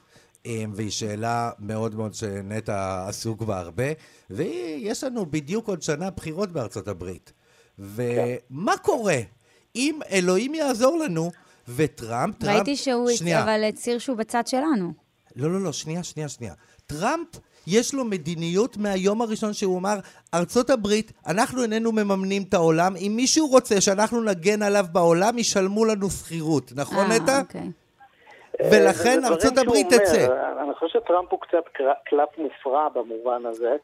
אה, והיא שאלה מאוד מאוד שנטע עסוק בה הרבה, והיא, יש לנו בדיוק עוד שנה בחירות בארצות הברית. ומה קורה אם אלוהים יעזור לנו וטראמפ, טראמפ...
ראיתי שהוא, הצ-
שנייה.
אבל הצהיר שהוא בצד שלנו.
לא, לא, לא, שנייה, שנייה, שנייה. טראמפ, יש לו מדיניות מהיום הראשון שהוא אמר, ארצות הברית, אנחנו איננו מממנים את העולם, אם מישהו רוצה שאנחנו נגן עליו בעולם, ישלמו לנו שכירות, נכון
אה,
נטע?
אוקיי.
ולכן
אה, זה דברים
ארצות הברית
שהוא אומר.
תצא.
אני חושב שטראמפ הוא קצת קר- קלף מופרע במובן הזה.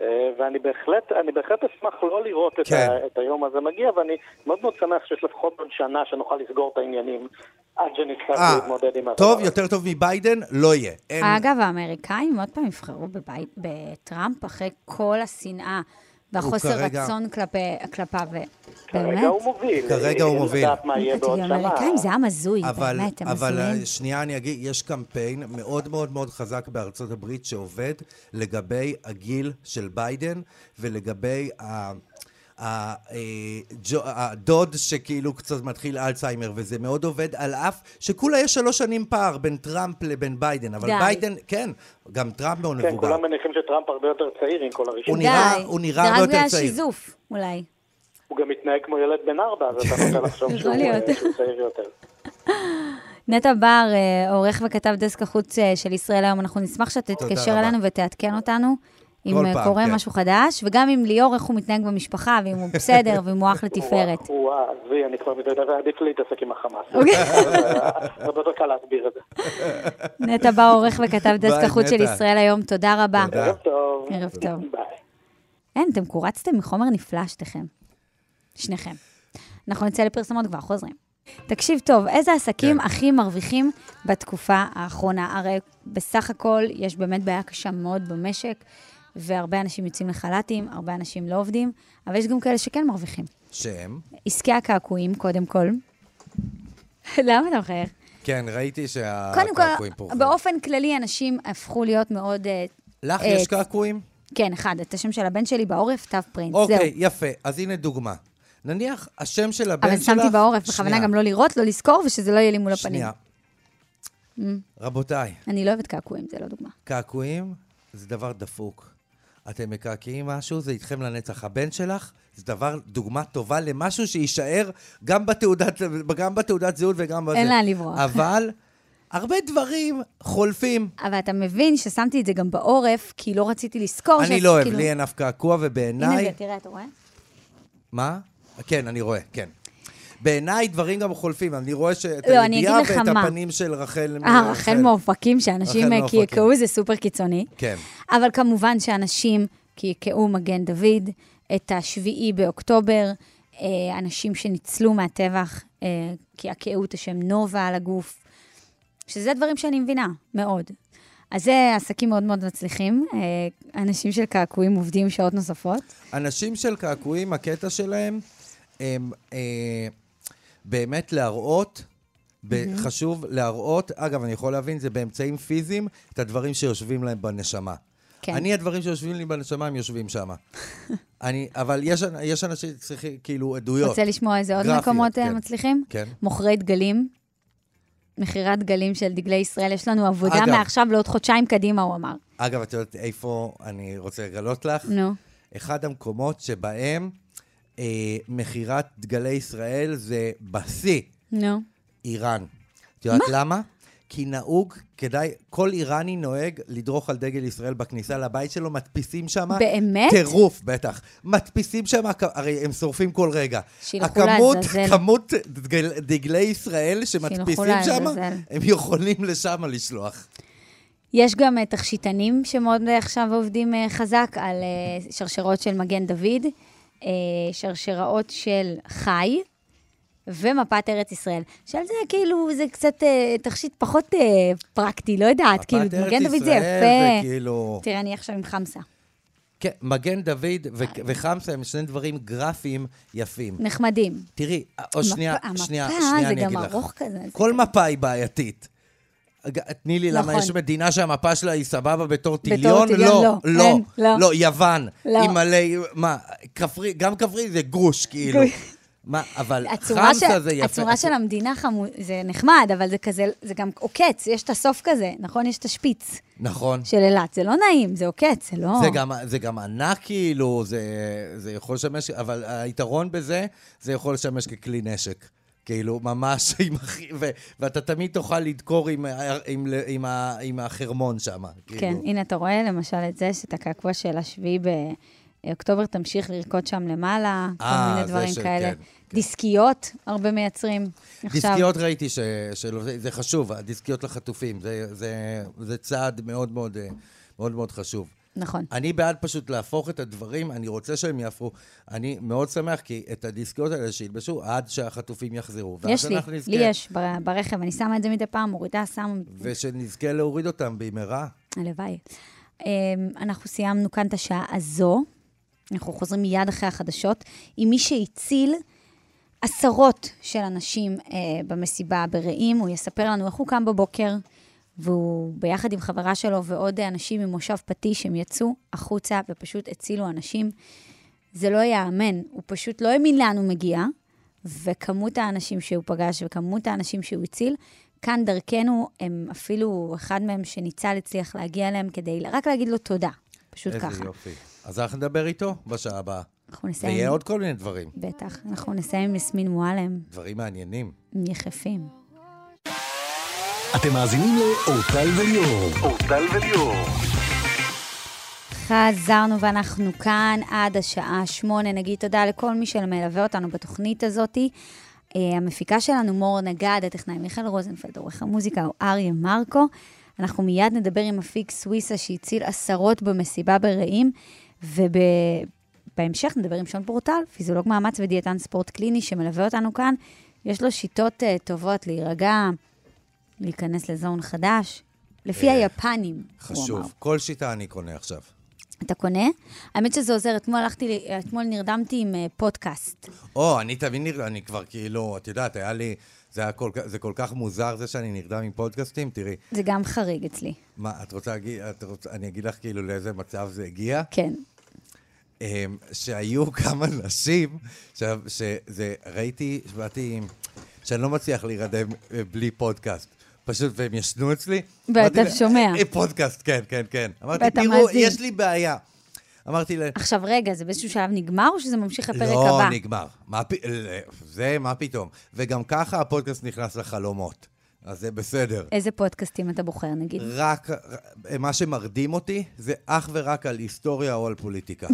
אה, ואני בהחלט, אני בהחלט אשמח לא לראות את,
כן.
ה, את היום הזה מגיע, ואני מאוד מאוד שמח שיש לפחות עוד שנה שנוכל לסגור את העניינים עד שנצטרך
אה,
להתמודד עם הדבר
טוב,
הזה.
יותר טוב מביידן, לא יהיה. אין...
אגב, האמריקאים עוד פעם יבחרו בבית- בטראמפ אחרי כל השנאה והחוסר
הוא כרגע-
רצון כלפי- כלפיו. באמת?
כרגע הוא מוביל.
כרגע הוא
אה,
מוביל.
לדעת מה יהיה בעוד שנה.
האמריקאים זה עם הזוי,
אבל,
באמת, הם
אבל
הזויים.
אה, שנייה אני אגיד, יש קמפיין מאוד מאוד מאוד חזק בארצות הברית שעובד לגבי הגיל של ביידן ולגבי ה... ה- אה, ג'ו- אה, הדוד שכאילו קצת מתחיל אלצהיימר וזה מאוד עובד על אף שכולה יש שלוש שנים פער בין טראמפ לבין ביידן אבל
די.
ביידן, כן, גם טראמפ מאוד
כן,
מבוגר.
כולם מניחים שטראמפ הרבה יותר צעיר עם כל הראשון.
הוא נראה-
די.
הוא נראה הרבה יותר
זה רק בגלל
צעיר.
שיזוף, אולי.
הוא גם מתנהג כמו ילד בן ארבע, אז אתה נוטה לחשוב
יכול
שהוא
להיות.
אה, שהוא צעיר יותר.
נטע בר, אה, עורך וכתב דסק החוץ אה, של ישראל היום, אנחנו נשמח שתתקשר
רבה.
אלינו ותעדכן אותנו. אם
כל
אה,
פעם,
קורה
כן.
משהו חדש, וגם עם ליאור, איך הוא מתנהג במשפחה, ואם הוא בסדר, ואם הוא אח לתפארת.
הוא עזבי, אני כבר מתנדב, עדיף לי להתעסק עם החמאס.
אוקיי.
הרבה יותר קל להסביר את זה.
נטע בר, עורך וכתב דסק
ביי,
החוץ של
נטע.
ישראל היום, תודה רבה.
תודה.
ערב טוב.
ערב טוב.
ביי.
אין, אתם קורצתם מחומר נפלא שתיכם. שניכם. אנחנו נצא לפרסומות כבר, חוזרים. תקשיב טוב, איזה עסקים
כן.
הכי מרוויחים בתקופה האחרונה? הרי בסך הכל יש באמת בעיה קשה מאוד במשק, והרבה אנשים יוצאים לחל"תים, הרבה אנשים לא עובדים, אבל יש גם כאלה שכן מרוויחים.
שהם?
עסקי הקעקועים, קודם כל. למה אתה מחייך?
כן, ראיתי שה-
קודם
קעקועים
כל,
פורחים.
באופן כללי אנשים הפכו להיות מאוד... אה,
לך
אה,
יש קעקועים?
כן, אחד, את השם של הבן שלי בעורף, תו פרינט, זהו.
אוקיי, יפה. אז הנה דוגמה. נניח השם של הבן
אבל
שלך...
שמתי בעורף,
שנייה,
בכוונה גם לא לראות, לא לזכור, ושזה לא Mm. יהיה לי מול הפנים.
שנייה. רבותיי,
אני לא אוהבת קעקועים, זה לא דוגמה.
קעקועים זה דבר דפוק. אתם מקעקעים משהו, זה איתכם לנצח. הבן שלך זה דבר, דוגמה טובה למשהו שיישאר גם בתעודת, גם בתעודת זהות וגם בזה.
אין לאן לברוח.
אבל הרבה דברים חולפים.
אבל אתה מבין ששמתי את זה גם בעורף, כי לא רציתי לזכור
אני
שעשיתי,
לא אוהב,
כאילו-
לי אין אף קעקוע,
הנה
ובעיניי...
זה, תראה, אתה רואה?
מה? כן, אני רואה, כן. בעיניי דברים גם חולפים, אני רואה ש- את
לא, אני
הידיעה
אגיד לך
ואת
מה.
הפנים של רחל.
אה, רחל מאופקים,
רחל
שאנשים אה,
מאופקים.
קעקעו זה סופר קיצוני.
כן.
אבל כמובן שאנשים קעקעו מגן דוד, את השביעי באוקטובר, אה, אנשים שניצלו מהטבח, אה, קעקעו את השם נובה על הגוף, שזה דברים שאני מבינה, מאוד. אז זה עסקים מאוד מאוד מצליחים, אה, אנשים של קעקועים עובדים שעות נוספות.
אנשים של קעקועים, הקטע שלהם, הם אה, באמת להראות, ב- חשוב להראות, אגב, אני יכול להבין, זה באמצעים פיזיים, את הדברים שיושבים להם בנשמה.
כן.
אני, הדברים שיושבים לי בנשמה, הם יושבים שם. אני, אבל יש, אנ- יש אנשים שצריכים, כאילו, עדויות.
רוצה לשמוע איזה עוד
גרפיות,
מקומות אה,
כן.
מצליחים?
כן.
מוכרי דגלים, מכירת דגלים של דגלי ישראל, יש לנו עבודה
אגב.
מעכשיו לעוד חודשיים קדימה, הוא אמר.
אגב, את יודעת איפה אני רוצה לגלות לך?
נו.
אחד המקומות שבהם אה, מכירת דגלי ישראל זה בשיא,
נו.
איראן. את יודעת למה? כי נהוג, כדאי, כל איראני נוהג לדרוך על דגל ישראל בכניסה לבית שלו, מדפיסים שם...
באמת?
טירוף, בטח. מדפיסים שם, הכ- הרי הם שורפים כל רגע.
שילכו
הכמות-
לעזאזל.
כמות דגל, דגלי ישראל שמדפיסים שם,
לעזאזל.
הם יכולים לשם לשלוח.
יש גם אה, תכשיטנים שמאוד אה, עכשיו עובדים אה, חזק על אה, שרשרות של מגן דוד, אה, שרשראות של חי ומפת ארץ ישראל. שעל זה כאילו, זה קצת אה, תכשיט פחות אה, פרקטי, לא יודעת, כאילו,
מפת ארץ
מגן דוד זה
ישראל
יפה.
זה כאילו...
תראה, אני עכשיו עם חמסה.
כן, מגן דוד
אה,
ו- וחמסה הם שני דברים גרפיים יפים.
נחמדים.
תראי, או שנייה,
נכון. המפה
שנייה,
זה
שנייה, אני
גם
אגיד לך.
ארוך כזה, זה
כל מפה היא בעייתית. אג- תני לי, למה
נכון.
יש מדינה שהמפה שלה היא סבבה בתור
בתור
טיליון?
טיליון,
לא,
לא,
לא,
אין, לא.
לא, יוון.
לא.
עם מלא, מה, כפרי, גם כפרי זה גוש, כאילו.
גוש.
מה, אבל
הצורה, של,
חמסה זה יפה.
הצורה של המדינה חמו... זה נחמד, אבל זה כזה, זה גם עוקץ, יש את הסוף כזה, נכון? יש את השפיץ
נכון.
של אילת, זה לא נעים, זה עוקץ, זה לא...
זה גם, זה גם ענק, כאילו, זה, זה יכול לשמש, אבל היתרון בזה, זה יכול לשמש ככלי נשק. כאילו, ממש עם הכי... ו- ואתה תמיד תוכל לדקור עם, ה- עם, ל- עם, ה- עם החרמון שם. כאילו.
כן, הנה, אתה רואה למשל את זה, שאת הקעקוע של השביעי באוקטובר תמשיך לרקוד שם למעלה, כל
אה,
מיני
זה
דברים
של-
כאלה.
כן, כן.
דיסקיות, הרבה מייצרים. עכשיו-
דיסקיות ראיתי ש... של... זה- זה חשוב, הדיסקיות לחטופים. זה, זה, זה צעד מאוד מאוד, אה, מאוד מאוד חשוב.
נכון.
אני בעד פשוט להפוך את הדברים, אני רוצה שהם יהפכו. אני מאוד שמח, כי את הדיסקיות האלה שילבשו עד שהחטופים יחזרו. ואז
יש לי,
אנחנו נזכה-
לי יש, בר- ברכב, אני שמה את זה מדי פעם, מורידה, שמה,
ושנזכה להוריד אותם במהרה.
הלוואי. אמ, אנחנו סיימנו כאן את השעה הזו. אנחנו חוזרים מיד אחרי החדשות עם מי שהציל עשרות של אנשים אה, במסיבה ברעים. הוא יספר לנו איך הוא קם בבוקר, והוא ביחד עם חברה שלו ועוד אה, אנשים ממושב פטיש, הם יצאו החוצה ופשוט הצילו אנשים. זה לא ייאמן, הוא פשוט לא האמין לאן הוא מגיע, וכמות האנשים שהוא פגש וכמות האנשים שהוא הציל, כאן דרכנו, הם אפילו, אחד מהם שניצל הצליח להגיע אליהם כדי רק להגיד לו תודה, פשוט
איזה
ככה.
יופי. אז אנחנו נדבר איתו בשעה הבאה.
אנחנו נסיים.
ויהיה עוד כל מיני דברים.
בטח. אנחנו נסיים עם יסמין מועלם,
דברים מעניינים.
עם יחפים.
אתם מאזינים לאורטל וליאור. אורטל וליאור.
חזרנו ואנחנו כאן עד השעה שמונה. נגיד תודה לכל מי שמלווה אותנו בתוכנית הזאתי. אה, המפיקה שלנו מור נגד, הטכנאי מיכאל רוזנפלד, עורך המוזיקה הוא אריה מרקו. אנחנו מיד נדבר עם מפיק סוויסה שהציל עשרות במסיבה ברעים, ובהמשך נדבר עם שון פורטל, פיזולוג מאמץ ודיאטן ספורט קליני שמלווה אותנו כאן. יש לו שיטות אה, טובות להירגע, להיכנס לזון חדש, לפי
אה,
היפנים, הוא אמר.
חשוב. כל שיטה אני קונה עכשיו.
אתה קונה? האמת שזה עוזר, אתמול הלכתי, ל- אתמול נרדמתי עם אה, פודקאסט.
או, אני תמיד נראה, אני כבר כאילו, את יודעת, היה לי זה, היה כל, כך- זה כל כך מוזר זה שאני נרדם עם פודקאסטים, תראי.
זה גם חריג אצלי.
מה, את רוצה להגיד, את רוצה, אני אגיד לך כאילו לאיזה מצב זה הגיע?
כן.
אמ, שהיו כמה נשים, ש- שזה, ראיתי, שבאתי, שאני לא מצליח להירדם אה, בלי פודקאסט. פשוט, והם ישנו אצלי.
ואתה
אמרתי לה,
שומע.
"אה, פודקאסט, כן, כן, כן. אמרתי,
ואתה
תראו,
מאזין."
יש לי בעיה. אמרתי להם,
עכשיו, רגע, זה באיזשהו שלב נגמר, או שזה ממשיך לפרק
לא,
הבא?
נגמר. מה פ... לא, זה, מה פתאום. וגם ככה הפודקאסט נכנס לחלומות. אז זה בסדר.
איזה פודקאסטים אתה בוחר, נגיד?
רק, אה, מה שמרדים אותי זה אך ורק על היסטוריה או על פוליטיקה.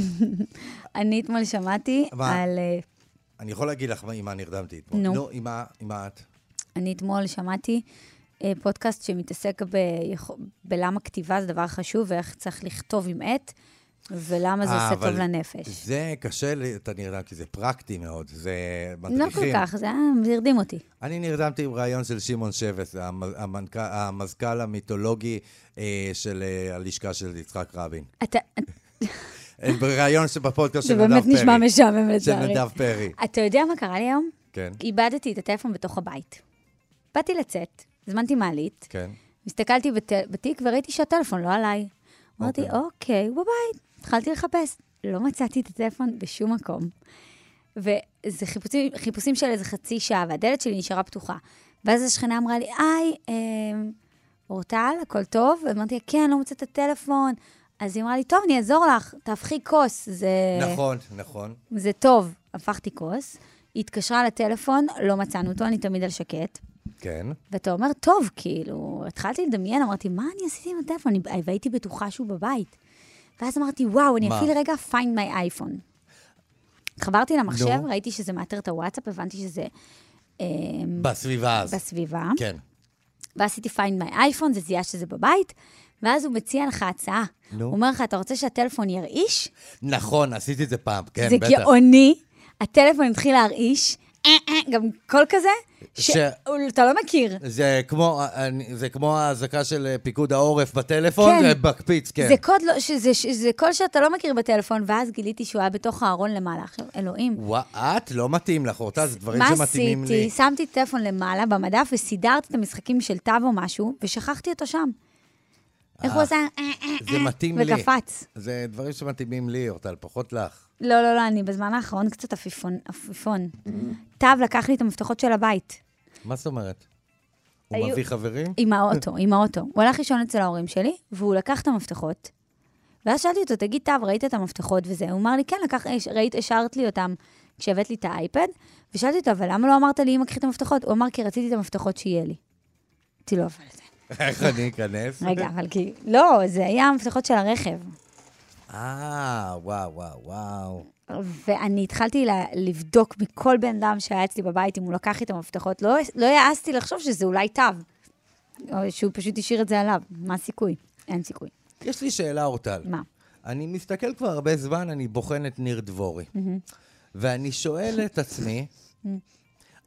אני אתמול שמעתי
מה?
על... אה,
אני יכול להגיד לך מה- עם מה נרדמתי אתמול.
נו.
נו, עם מה- עם מה את?
אני אתמול שמעתי אה, פודקאסט שמתעסק ביכו- בלמה כתיבה זה דבר חשוב, ואיך צריך לכתוב עם עט, ולמה זה
אה,
עושה טוב
אבל
לנפש.
זה קשה, לי, אתה נרדם, כי זה פרקטי מאוד, זה מדריכים.
לא כל כך, זה היה, זה הרדים אותי.
אני נרדמתי עם רעיון של שמעון שבס, המ- המנכ"ל- המזכ"ל המיתולוגי אה, של אה, הלשכה של יצחק רבין.
אתה,
אה, בריאיון שבפודקאסט של
זה
נדב פרי.
באמת נשמע משעמם
של
לצערי.
נדב פרי.
אתה יודע מה קרה לי היום?
אוקיי. כן,
איבדתי את הטלפון בתוך הבית. באתי לצאת, הזמנתי מעלית,
כן.
הסתכלתי בת... בתיק וראיתי שהטלפון לא עליי. אמרתי,
אוקיי.
אוקיי, הוא בבית. התחלתי לחפש. לא מצאתי את הטלפון בשום מקום. וזה חיפושים, חיפושים של איזה חצי שעה, והדלת שלי נשארה פתוחה. ואז השכנה אמרה לי, היי, אה, אורטל, הכל טוב? אמרתי, כן, לא מוצאת את הטלפון. אז היא אמרה לי, טוב, אני אעזור לך, תהפכי כוס, זה,
נכון, נכון.
זה טוב. הפכתי כוס, היא התקשרה לטלפון, לא מצאנו אותו, אני תמיד על שקט.
כן.
ואתה אומר, טוב, כאילו, התחלתי לדמיין, אמרתי, מה אני עשיתי עם הטלפון? אני- והייתי בטוחה שהוא בבית. ואז אמרתי, וואו, אני
מה?
אפעיל רגע find my iPhone. התחברתי למחשב,
נו.
ראיתי שזה מאתר את הוואטסאפ, הבנתי שזה אה,
בסביבה אז.
בסביבה.
כן.
ועשיתי find my iPhone, זה זיהה שזה בבית, ואז הוא מציע לך הצעה.
נו.
הוא אומר לך, אתה רוצה שהטלפון ירעיש?
נכון, עשיתי את זה פעם, כן,
זה
בטח.
גאוני, הטלפון התחיל להרעיש, אה, אה, גם קול כזה,
ש-
שאתה לא מכיר.
זה כמו, אה, אני- זה כמו האזעקה של אה, פיקוד העורף בטלפון,
כן.
זה בקפיץ, כן.
זה קוד, לא, שזה, שזה קול שאתה לא מכיר בטלפון, ואז גיליתי שהוא היה בתוך הארון למעלה. עכשיו, אלוהים.
וואו, את לא מתאים לך, אותה, זה דברים
מה
שמתאימים
עשיתי?
לי.
שמתי טלפון למעלה במדף וסידרתי את המשחקים של תו או משהו, ושכחתי אותו שם. איך הוא עשה? אה, אה,
זה
אה,
מתאים לי.
וקפץ.
זה דברים שמתאימים לי, אורטל, פחות לך.
לא, לא, לא, אני בזמן האחרון קצת עפיפון. עפיפון.
Mm-hmm.
תו לקח לי את המפתחות של הבית.
מה זאת אומרת? הוא
היו-
מביא חברים?
עם האוטו, עם האוטו. הוא הלך לישון אצל ההורים שלי, והוא לקח את המפתחות. ואז שאלתי אותו, תגיד, טב, ראית את המפתחות וזה? הוא אמר לי, כן, לקח, אה, ש- ראית, השארת לי אותם כשהבאת לי את האייפד. ושאלתי אותו, אבל למה לא אמרת לי, אמא, קחי את המפתחות? הוא אמר, כי רציתי את המפתחות שיהיה לי. אמרתי לו, אבל זה...
איך אני אכנס?
רגע, אבל כי... לא, זה היה המפתחות של הרכב.
אה, וואו, וואו, וואו.
ואני התחלתי ל- לבדוק מכל בן אדם שהיה אצלי בבית, אם הוא לקח לי את המפתחות. לא, לא העזתי לחשוב שזה אולי טב. או שהוא פשוט השאיר את זה עליו. מה הסיכוי? אין סיכוי.
יש לי שאלה, אורטל.
מה?
אני מסתכל כבר הרבה זמן, אני בוחן את ניר דבורי. ואני שואל את עצמי,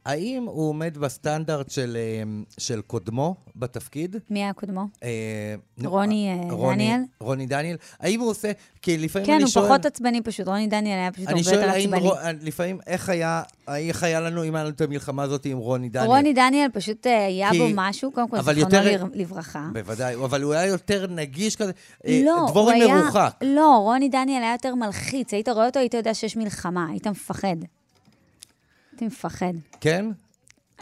האם הוא עומד בסטנדרט של, אה, של קודמו בתפקיד?
מי היה קודמו?
אה, נו,
רוני,
אה,
אה,
רוני-
דניאל?
רוני דניאל. האם הוא עושה... כי לפעמים
כן,
אני
הוא
שואל...
פחות עצבני פשוט, רוני דניאל היה פשוט הרבה
אני
יותר
שואל האם...
עצבני.
רו- אה, לפעמים, איך היה... איך היה לנו, אם היה לנו את המלחמה הזאת עם רוני דניאל?
רוני דניאל פשוט אה, היה
כי-
בו משהו, קודם כל,
אבל
זיכרונו
יותר-
לר- לברכה.
בוודאי, אבל הוא היה יותר נגיש כזה. אה,
לא, הוא
דבורי
היה...
מרוחק.
לא, רוני דניאל היה יותר מלחיץ. היית רואה אותו, היית יודע שיש מלחמה, היית מפחד. היית מפחד.
כן?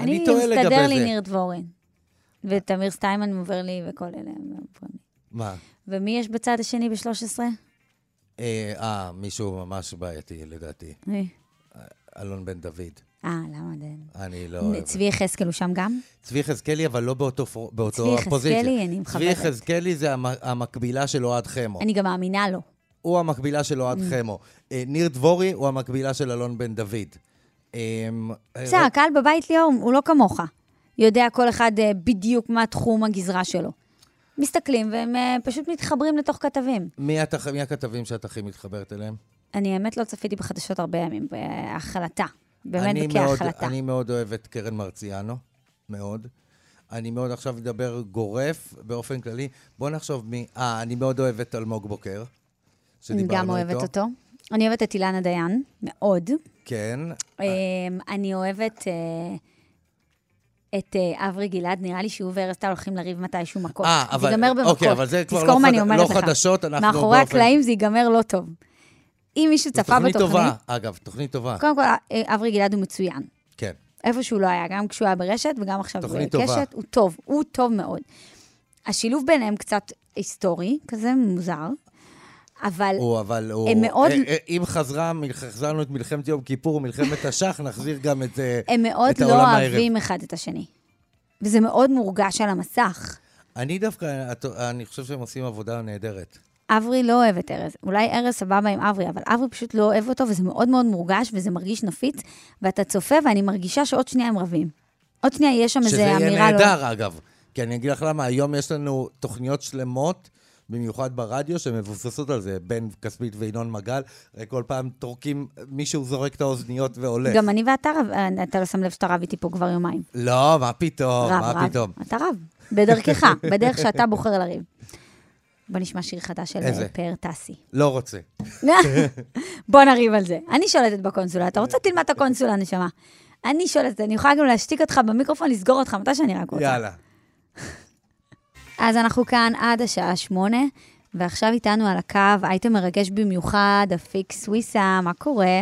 אני
אני
טועה לגבי זה.
מסתדר לי ניר דבורין. ותמיר סטיימן עובר לי וכל אלה.
מה?
ומי יש בצד השני ב-13?
אה, אה, מישהו ממש בעייתי, לדעתי. אלון בן דוד.
אה, למה? זה-
אני לא אוהב.
צבי יחזקאל הוא שם גם?
צבי יחזקאלי, אבל לא באותו פר- באותו
צבי
הפוזיציה.
יחזקאלי, אני
צבי
מחבבת.
יחזקאלי זה המ- המקבילה של אוהד חמו.
אני גם מאמינה לו.
הוא המקבילה של
Mm.
אוהד חמו. אה, ניר דבורי הוא המקבילה של אלון בן דוד. אה,
בסדר, הקהל בבית ליאור הוא לא כמוך. יודע כל אחד אה, בדיוק מה תחום הגזרה שלו. מסתכלים והם אה, פשוט מתחברים לתוך כתבים.
מי את- מי הכתבים שאת הכי מתחברת אליהם?
אני האמת לא צפיתי בחדשות הרבה ימים, בהחלטה.
אני
באמת
מאוד-
כהחלטה.
אני מאוד אוהב את קרן מרציאנו, מאוד. אני מאוד עכשיו אדבר גורף, באופן כללי. בוא נחשוב מי... אה, אני מאוד אוהב את אלמוג בוקר,
אני
שדיברנו
גם
איתו.
אוהבת אותו. אני אוהבת את אילנה דיין, מאוד.
כן.
אמ, אני אוהבת... אה, את אה, אברי גלעד, נראה לי שהוא וארז טל הולכים לריב מתישהו מכות.
אה, אבל-
זה ייגמר
אוקיי,
במכות.
אבל זה כבר
תזכור
לא
מה אני
חד-
אומרת
לא
לך.
חדשות, אנחנו
מאחורי
באופן-
הקלעים זה ייגמר לא טוב. אם מישהו
זו
צפה בתוכנית...
תוכנית טובה, אגב, תוכנית טובה.
קודם כל, אה, אברי גלעד הוא מצוין.
כן.
איפה שהוא לא היה, גם כשהוא היה ברשת וגם עכשיו הוא
תוכנית
בקשת,
טובה.
הוא טוב, הוא טוב מאוד. השילוב ביניהם קצת היסטורי, כזה מוזר, אבל
הוא, אבל הוא...
הם מאוד-
אה, אה, אם חזרה, מל- חזרנו את מלחמת יום כיפור, מלחמת השח, נחזיר גם את אה,
הם מאוד
את
לא
העולם הערב.
אוהבים אחד את השני. וזה מאוד מורגש על המסך.
אני דווקא, את- אני חושב שהם עושים עבודה נהדרת.
אברי לא אוהב את ארז. אולי ארז סבבה עם אברי, אבל אברי פשוט לא אוהב אותו, וזה מאוד מאוד מורגש, וזה מרגיש נפיץ, ואתה צופה, ואני מרגישה שעוד שנייה הם רבים. עוד שנייה יש שם איזו
שזה
אמירה לא...
יהיה נהדר, אגב. כי אני אגיד לך למה, היום יש לנו תוכניות שלמות, במיוחד ברדיו, שמבוססות על זה, בן כספית וינון מגל, הרי כל פעם טורקים, מישהו זורק את האוזניות והולך.
גם אני ואתה, רב- אתה לא שם לב שאתה רב איתי פה כבר יומיים.
לא, מה פתאום,
רב,
מה
רב.
פתאום.
אתה רב, בדרכך, בדרך שאתה בוחר לריב. בוא נשמע שיר חדש של
איזה?
אה, פאר טסי.
לא רוצה.
בוא נריב על זה. אני שולטת בקונסולה, אתה רוצה תלמד את הקונסולה, נשמה. אני שולטת, אני יכולה גם להשתיק אותך במיקרופון, לסגור אותך מתי שאני רק רוצה.
יאללה.
אז אנחנו כאן עד השעה שמונה, ועכשיו איתנו על הקו אייטם מרגש במיוחד, אפיק סוויסה, מה קורה?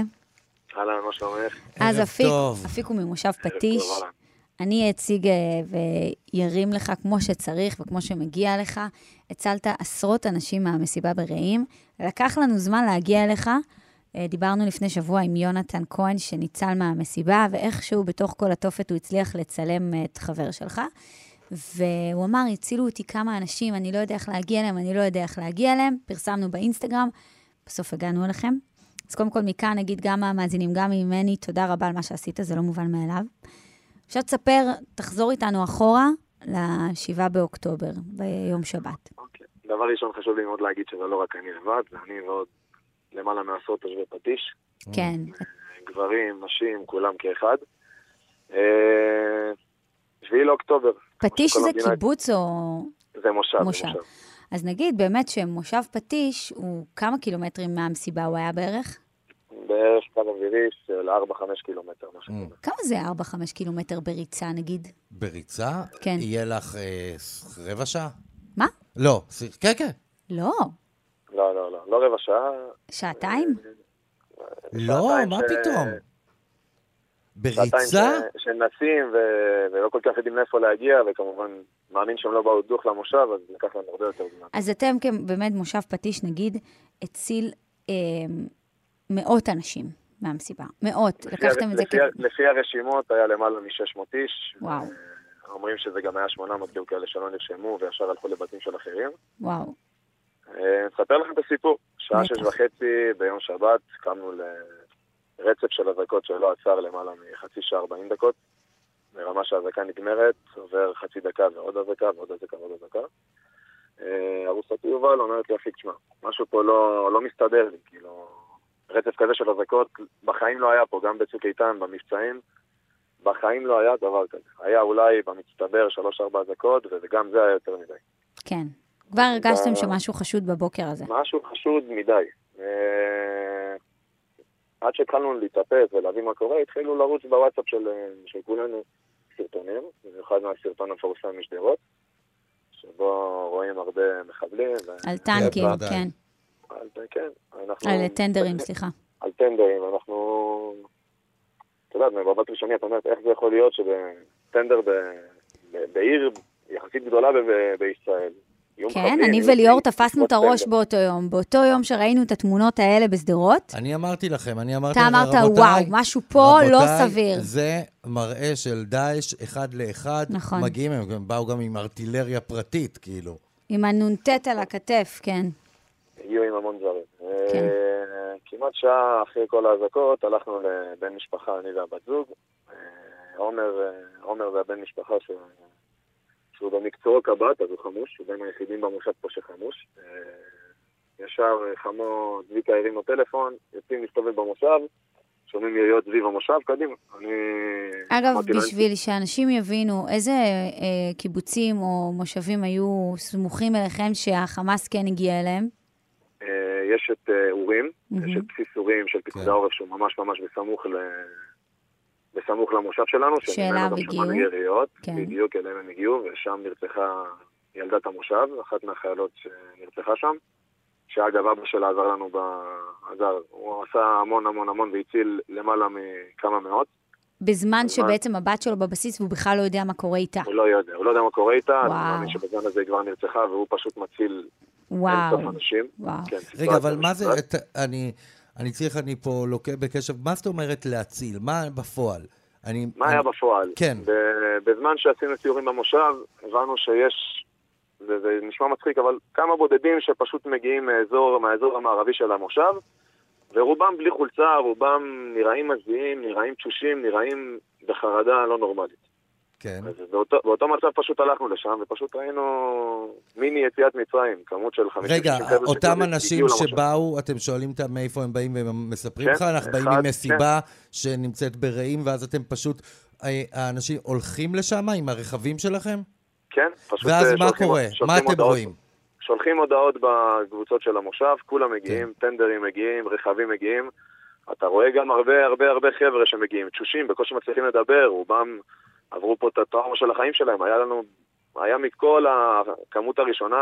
אהלן, מה שלומך?
אז
ערב
אפיק,
טוב.
אפיק הוא ממושב
ערב
פטיש.
טוב, אהלן.
אני אציג אה, וירים לך כמו שצריך וכמו שמגיע לך. הצלת עשרות אנשים מהמסיבה ברעים. לקח לנו זמן להגיע אליך. אה, דיברנו לפני שבוע עם יונתן כהן, שניצל מהמסיבה, ואיכשהו בתוך כל התופת הוא הצליח לצלם אה, את חבר שלך. והוא אמר, הצילו אותי כמה אנשים, אני לא יודע איך להגיע אליהם, אני לא יודע איך להגיע אליהם. פרסמנו באינסטגרם, בסוף הגענו אליכם. אז קודם כל מכאן נגיד גם מהמאזינים, גם ממני, תודה רבה על מה שעשית, זה לא מובן מאליו. עכשיו תספר, תחזור איתנו אחורה ל-7 באוקטובר, ביום שבת.
אוקיי. דבר ראשון, חשוב לי מאוד להגיד שזה לא רק אני לבד, זה אני ועוד למעלה מעשרות תושבי פטיש.
כן,
גברים, נשים, כולם כאחד. אה, 7 לאוקטובר.
פטיש
כל
זה
המדינה-
קיבוץ או...
זה מושב, זה
מושב.
מושב.
אז נגיד באמת שמושב פטיש הוא כמה קילומטרים מהמסיבה הוא היה בערך?
בערך קו אווירי של 4-5 קילומטר, משהו כזה.
כמה זה 4-5 קילומטר בריצה נגיד?
בריצה,
כן.
יהיה לך אה, ס- רבע שעה?
מה?
לא, ס- כן, כן.
לא,
לא, לא, לא, לא רבע שעה.
שעתיים?
לא,
שעתיים
מה
ש-
פתאום?
שעתיים
בריצה?
ש- שנסים ו- ולא כל כך יודעים לאיפה להגיע, וכמובן, מאמין שהם לא באו דוך למושב, אז לקח להם הרבה יותר זמן.
אז אתם כ- באמת מושב פטיש נגיד הציל אה, מאות אנשים מהמסיבה. מאות, לקחתם את זה
לפי,
כ...
לפי הרשימות היה למעלה מ-600 איש.
וואו.
אומרים שזה גם היה 800 כאילו כאלה שלא נרשמו וישר הלכו לבתים של אחרים.
וואו.
אה, נספר לכם את הסיפור. שעה
בטח.
שש וחצי ביום שבת קמנו לרצף של אזעקות שלא עצר למעלה מחצי שעה 40 דקות. ברמה שהאזעקה נגמרת, עובר חצי דקה ועוד אזעקה ועוד אזעקה ועוד אזעקה. אה, ארוסתי יובל אומרת לי, אפיק, תשמע, משהו פה לא, לא מסתדר לי, כאילו, רצף כזה של אזעקות, בחיים לא היה פה, גם בצוק איתן, במבצעים, בחיים לא היה דבר כזה. היה אולי במצטבר שלוש-ארבע אזעקות, וגם זה היה יותר מדי.
כן. כבר הרגשתם שמשהו חשוד בבוקר הזה.
משהו חשוד מדי. אה, עד שהתחלנו להתאפס ולהבין מה קורה, התחילו לרוץ בוואטסאפ של, אה, של כולנו סרטונים, במיוחד מהסרטון המפורסם משדרות, שבו רואים הרבה מחבלים. ו-
על טנקים,
בוודאי.
כן.
על, כן, אנחנו...
על טנדרים, סליחה.
על טנדרים, אנחנו... את יודעת, במבט ראשוני את אומרת, איך זה יכול להיות שבטנדר ב... ב... בעיר יחסית גדולה ב... ב... בישראל. יהיו
כן,
מחבלים,
אני
יהיו-
וליאור
יהיו-
תפסנו את
יהיו
הראש
טנדר.
באותו יום. באותו יום שראינו את התמונות האלה בשדרות,
אני אמרתי לכם, אני אמרתי
אתה
לכם,
אמרת,
רבותיי,
וואו, משהו פה לא
רבותיי,
סביר.
זה מראה של דאעש אחד לאחד.
נכון.
מגיעים, הם גם באו גם עם ארטילריה פרטית, כאילו.
עם הנ"ט על הכתף, כן.
הגיעו עם המון דברים.
כן.
אה, כמעט שעה אחרי כל האזעקות הלכנו לבן משפחה, אני והבת זוג. אה, עומר, אה, עומר והבן משפחה ש... שהוא במקצועו קב"ט, אז הוא חמוש, הוא בין היחידים במושב פה שחמוש. אה, ישר אה, חמו צביקה הרים לו טלפון, יוצאים להסתובב במושב, שומעים יריות סביב המושב, קדימה. אני...
אגב,
אמרתי להם,
בשביל שאנשים יבינו איזה אה, קיבוצים או מושבים היו סמוכים אליכם שהחמאס כן הגיע אליהם,
אה, יש את אה, אורים,
מהמם.
יש את בסיס אורים של פיקוד
כן.
העורף, שהוא ממש ממש בסמוך ל... בסמוך למושב שלנו,
שאליו
שממנו גם
הגיעו.
שמענו יריות,
כן.
בדיוק אליהם הם הגיעו, ושם נרצחה ילדת המושב, אחת מהחיילות שנרצחה שם, שאגב אבא שלה עזר לנו, ב... עזר, הוא עשה המון המון המון והציל למעלה מכמה מאות,
בזמן
בזמן-
שבעצם הבת שלו בבסיס והוא בכלל לא יודע מה קורה איתה.
הוא לא יודע, הוא לא יודע מה קורה איתה, אני
וואו.
מאמין שבזמן הזה היא כבר נרצחה, והוא פשוט מציל אין
וואו.
סוף אנשים.
וואו.
כן,
רגע,
סיטואציה
אבל מה זה,
משוגעת.
את- אני אני צריך, אני פה לוקה בקשב, מה זאת אומרת להציל? מה בפועל? אני-
מה
אני-
היה בפועל?
כן.
ב- בזמן שעשינו סיורים במושב, הבנו שיש, זה, זה נשמע מצחיק, אבל כמה בודדים שפשוט מגיעים מאזור, מהאזור המערבי של המושב, ורובם בלי חולצה, רובם נראים מזיעים, נראים תשושים, נראים בחרדה לא נורמלית.
כן.
אז באותו, באותו מצב פשוט הלכנו לשם, ופשוט ראינו מיני יציאת מצרים, כמות של חמישים
רגע,
שישים חבר'ה
אותם
שכאילו
אנשים
הגיעו למושב.
שבאו, אתם שואלים אותם מאיפה הם באים והם מספרים
כן,
לך, אנחנו באים
אחד, כן.
ממסיבה שנמצאת ברעים, ואז אתם פשוט, אה, האנשים הולכים לשם עם הרכבים שלכם?
כן, פשוט...
ואז
אה,
מה
שולחים-
קורה?
שולחים
מה אתם
הודעות.
רואים?
שולחים הודעות בקבוצות של המושב, כולם מגיעים, טנדרים מגיעים, רכבים מגיעים. אתה רואה גם הרבה הרבה הרבה חבר'ה שמגיעים, תשושים, בקושי מצליחים לדבר, רובם עברו פה את הטראומה של החיים שלהם. היה לנו, היה מכל הכמות הראשונה,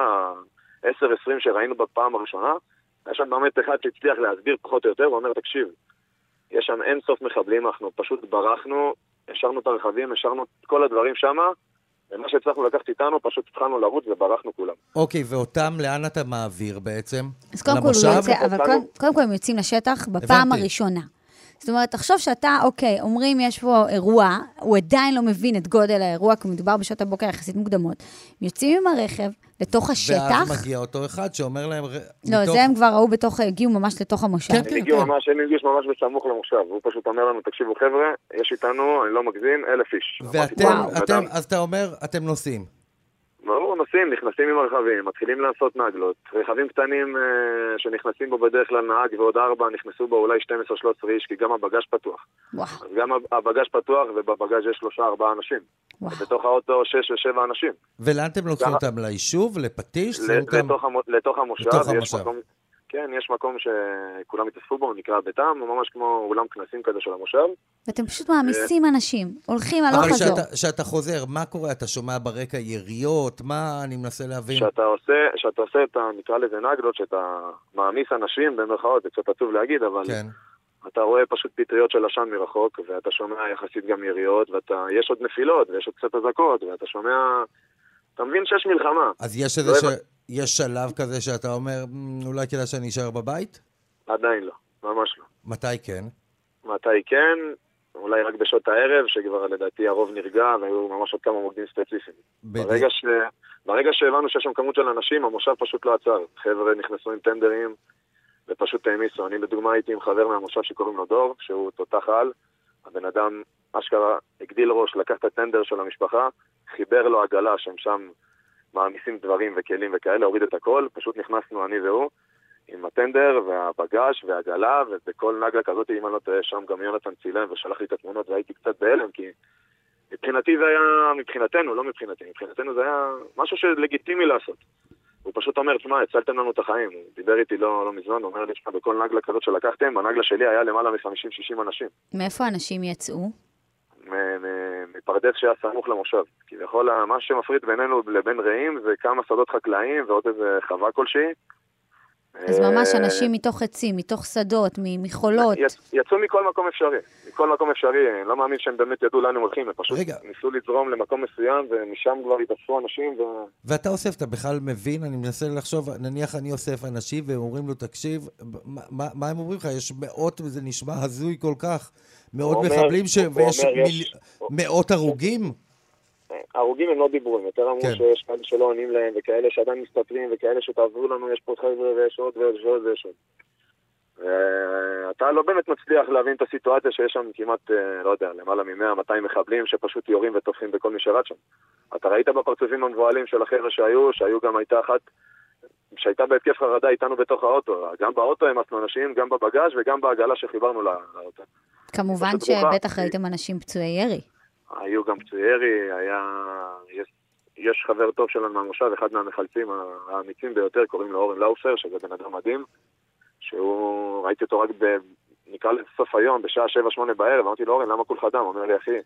10-20 שראינו בפעם הראשונה, היה שם באמת אחד שהצליח להסביר פחות או יותר, הוא אומר, תקשיב, יש שם אין סוף מחבלים, אנחנו פשוט ברחנו, השארנו את הרכבים, השארנו את כל הדברים שמה, ומה שהצלחנו לקחת איתנו, פשוט התחלנו לרוץ וברחנו כולם.
אוקיי, ואותם לאן אתה מעביר בעצם?
אז קודם כל הוא לא
למושב?
יוצא, אבל
אותנו.
קודם- קודם כל הם יוצאים לשטח בפעם
לא- הבנתי.
הראשונה. זאת אומרת, תחשוב שאתה, אוקיי, אומרים יש פה אירוע, הוא עדיין לא מבין את גודל האירוע, כי מדובר בשעות הבוקר יחסית מוקדמות. יוצאים עם הרכב לתוך השטח.
ואז מגיע אותו אחד שאומר להם... "ר-
לא,
מתוך-
זה הם כבר ראו בתוך, הגיעו ממש לתוך המושב.
כן,
הם הגיעו ממש, הם הגיעו ממש בסמוך למושב, והוא פשוט אומר לנו, תקשיבו חבר'ה, יש איתנו, אני לא מגזים, אלף איש. אמרתי,
ואתם,
"וואו,
אתם,
אדם."
אז אתה אומר, אתם נוסעים.
ברור, נוסעים, נכנסים עם הרכבים, מתחילים לעשות נגלות. רכבים קטנים אה, שנכנסים בו בדרך כלל נהג ועוד ארבע, נכנסו בו אולי 12-13 איש, כי גם הבגז' פתוח.
וואו,
אז גם הב- הבגז' פתוח, ובבגז' יש שלושה-ארבעה אנשים.
וואו.
בתוך האוטו שש ושבע אנשים.
ולאן אתם לוקחים
למה?
אותם? ליישוב? לפטיש?
ל-
שמים אותם-
לתוך המו- לתוך המושב,
לתוך
יש
המושב.
מקום... כן, יש מקום שכולם התאספו בו, נקרא ביתם, הוא ממש כמו אולם כנסים כזה של המושב.
ואתם פשוט מעמיסים אנשים, הולכים
אבל
הלוך לא חזור.
כשאתה- כשאתה חוזר, מה קורה? אתה שומע ברקע יריות? מה, אני מנסה להבין.
שאתה עושה, שאתה עושה את ה... נקרא לזה נגלות, שאתה מעמיס אנשים, במרכאות, זה קצת עצוב להגיד, אבל
כן.
אתה רואה פשוט פטריות של עשן מרחוק, ואתה שומע יחסית גם יריות, ואתה... יש עוד נפילות, ויש עוד קצת אזעקות, ואתה שומע... אתה מבין שיש מלחמה.
אז יש איזה ש... יש שלב כזה שאתה אומר, "מ, אולי כדאי שאני אשאר בבית?
עדיין לא, ממש לא.
מתי כן?
מתי כן? אולי רק בשעות הערב, שכבר לדעתי הרוב נרגע, והיו ממש עוד כמה מוקדים ספציפיים.
בדיוק.
ברגע, ש... ברגע שהבנו שיש שם כמות של אנשים, המושב פשוט לא עצר. חבר'ה נכנסו עם טנדרים ופשוט העמיסו. אני לדוגמה הייתי עם חבר מהמושב שקוראים לו דור, שהוא תותח על. הבן אדם אשכרה הגדיל ראש, לקח את הטנדר של המשפחה, חיבר לו עגלה שהם שם מעמיסים דברים וכלים וכאלה, הוריד את הכל, פשוט נכנסנו אני והוא. עם הטנדר והבגש והעגלה, ובכל נגלה כזאת, אם אני לא טועה, שם גם יונתן צילם ושלח לי את התמונות, והייתי קצת בהלם, כי מבחינתי זה היה, מבחינתנו, לא מבחינתי, מבחינתנו זה היה משהו שלגיטימי לעשות. הוא פשוט אומר, תשמע, הצלתם לנו את החיים. הוא דיבר איתי לא, לא מזמן, הוא אומר לי, תשמע, בכל נגלה כזאת שלקחתם, בנגלה שלי היה למעלה מ-50-60 אנשים.
מאיפה אנשים יצאו?
מ- מ- מפרדס שהיה סמוך למושב. כביכול, ה- מה שמפריד בינינו לבין רעים זה כמה שדות חקלאיים ועוד איזה חווה כלשהי.
אז ממש
אה,
אנשים מתוך עצים, מתוך שדות, מ- מחולות.
יצ- יצאו מכל מקום אפשרי, מכל מקום אפשרי, אני לא מאמין שהם באמת ידעו לאן הם הולכים, הם פשוט
רגע.
ניסו לזרום למקום מסוים ומשם כבר התאספו אנשים ו...
ואתה אוסף, אתה בכלל מבין, אני מנסה לחשוב, נניח אני אוסף אנשים והם אומרים לו, תקשיב, מה, מה- מה הם אומרים לך? יש מאות, וזה נשמע הזוי כל כך. מאות
הוא אומר-
מחבלים ש...
הוא
ויש
אומר,
מיל...
יש-
מאות הרוגים?
הרוגים הם לא דיברו, הם יותר אמרו
כן.
שיש כאלה שלא עונים להם, וכאלה שעדיין מסתתרים, וכאלה שתעזרו לנו, יש פה חבר'ה ויש עוד ויש עוד ויש עוד. ואתה לא באמת מצליח להבין את הסיטואציה שיש שם כמעט, אה, לא יודע, למעלה מ-100-200 מחבלים שפשוט יורים ותופסים בכל מי שרץ שם. אתה ראית בפרצופים המבוהלים של החבר'ה שהיו, שהיו גם הייתה אחת שהייתה בהתקף חרדה איתנו בתוך האוטו. גם באוטו העמסנו אנשים, גם בבגז' וגם בעגלה שחיברנו לא- לאוטו.
כמובן
פשוט ברוכה.
שבטח ראיתם אנשים פצועי ירי.
היו גם פצועי ירי, היה... יש, יש חבר טוב שלנו מהמושב, אחד מהמחלצים האמיצים ביותר, קוראים לו אורן לאופר, שזה בן אדם מדהים, שהוא, ראיתי אותו רק ב... נקרא לזה סוף היום, בשעה 7-8 בערב, אמרתי לו, אורן, למה כולך דם? הוא אומר לי, אחי,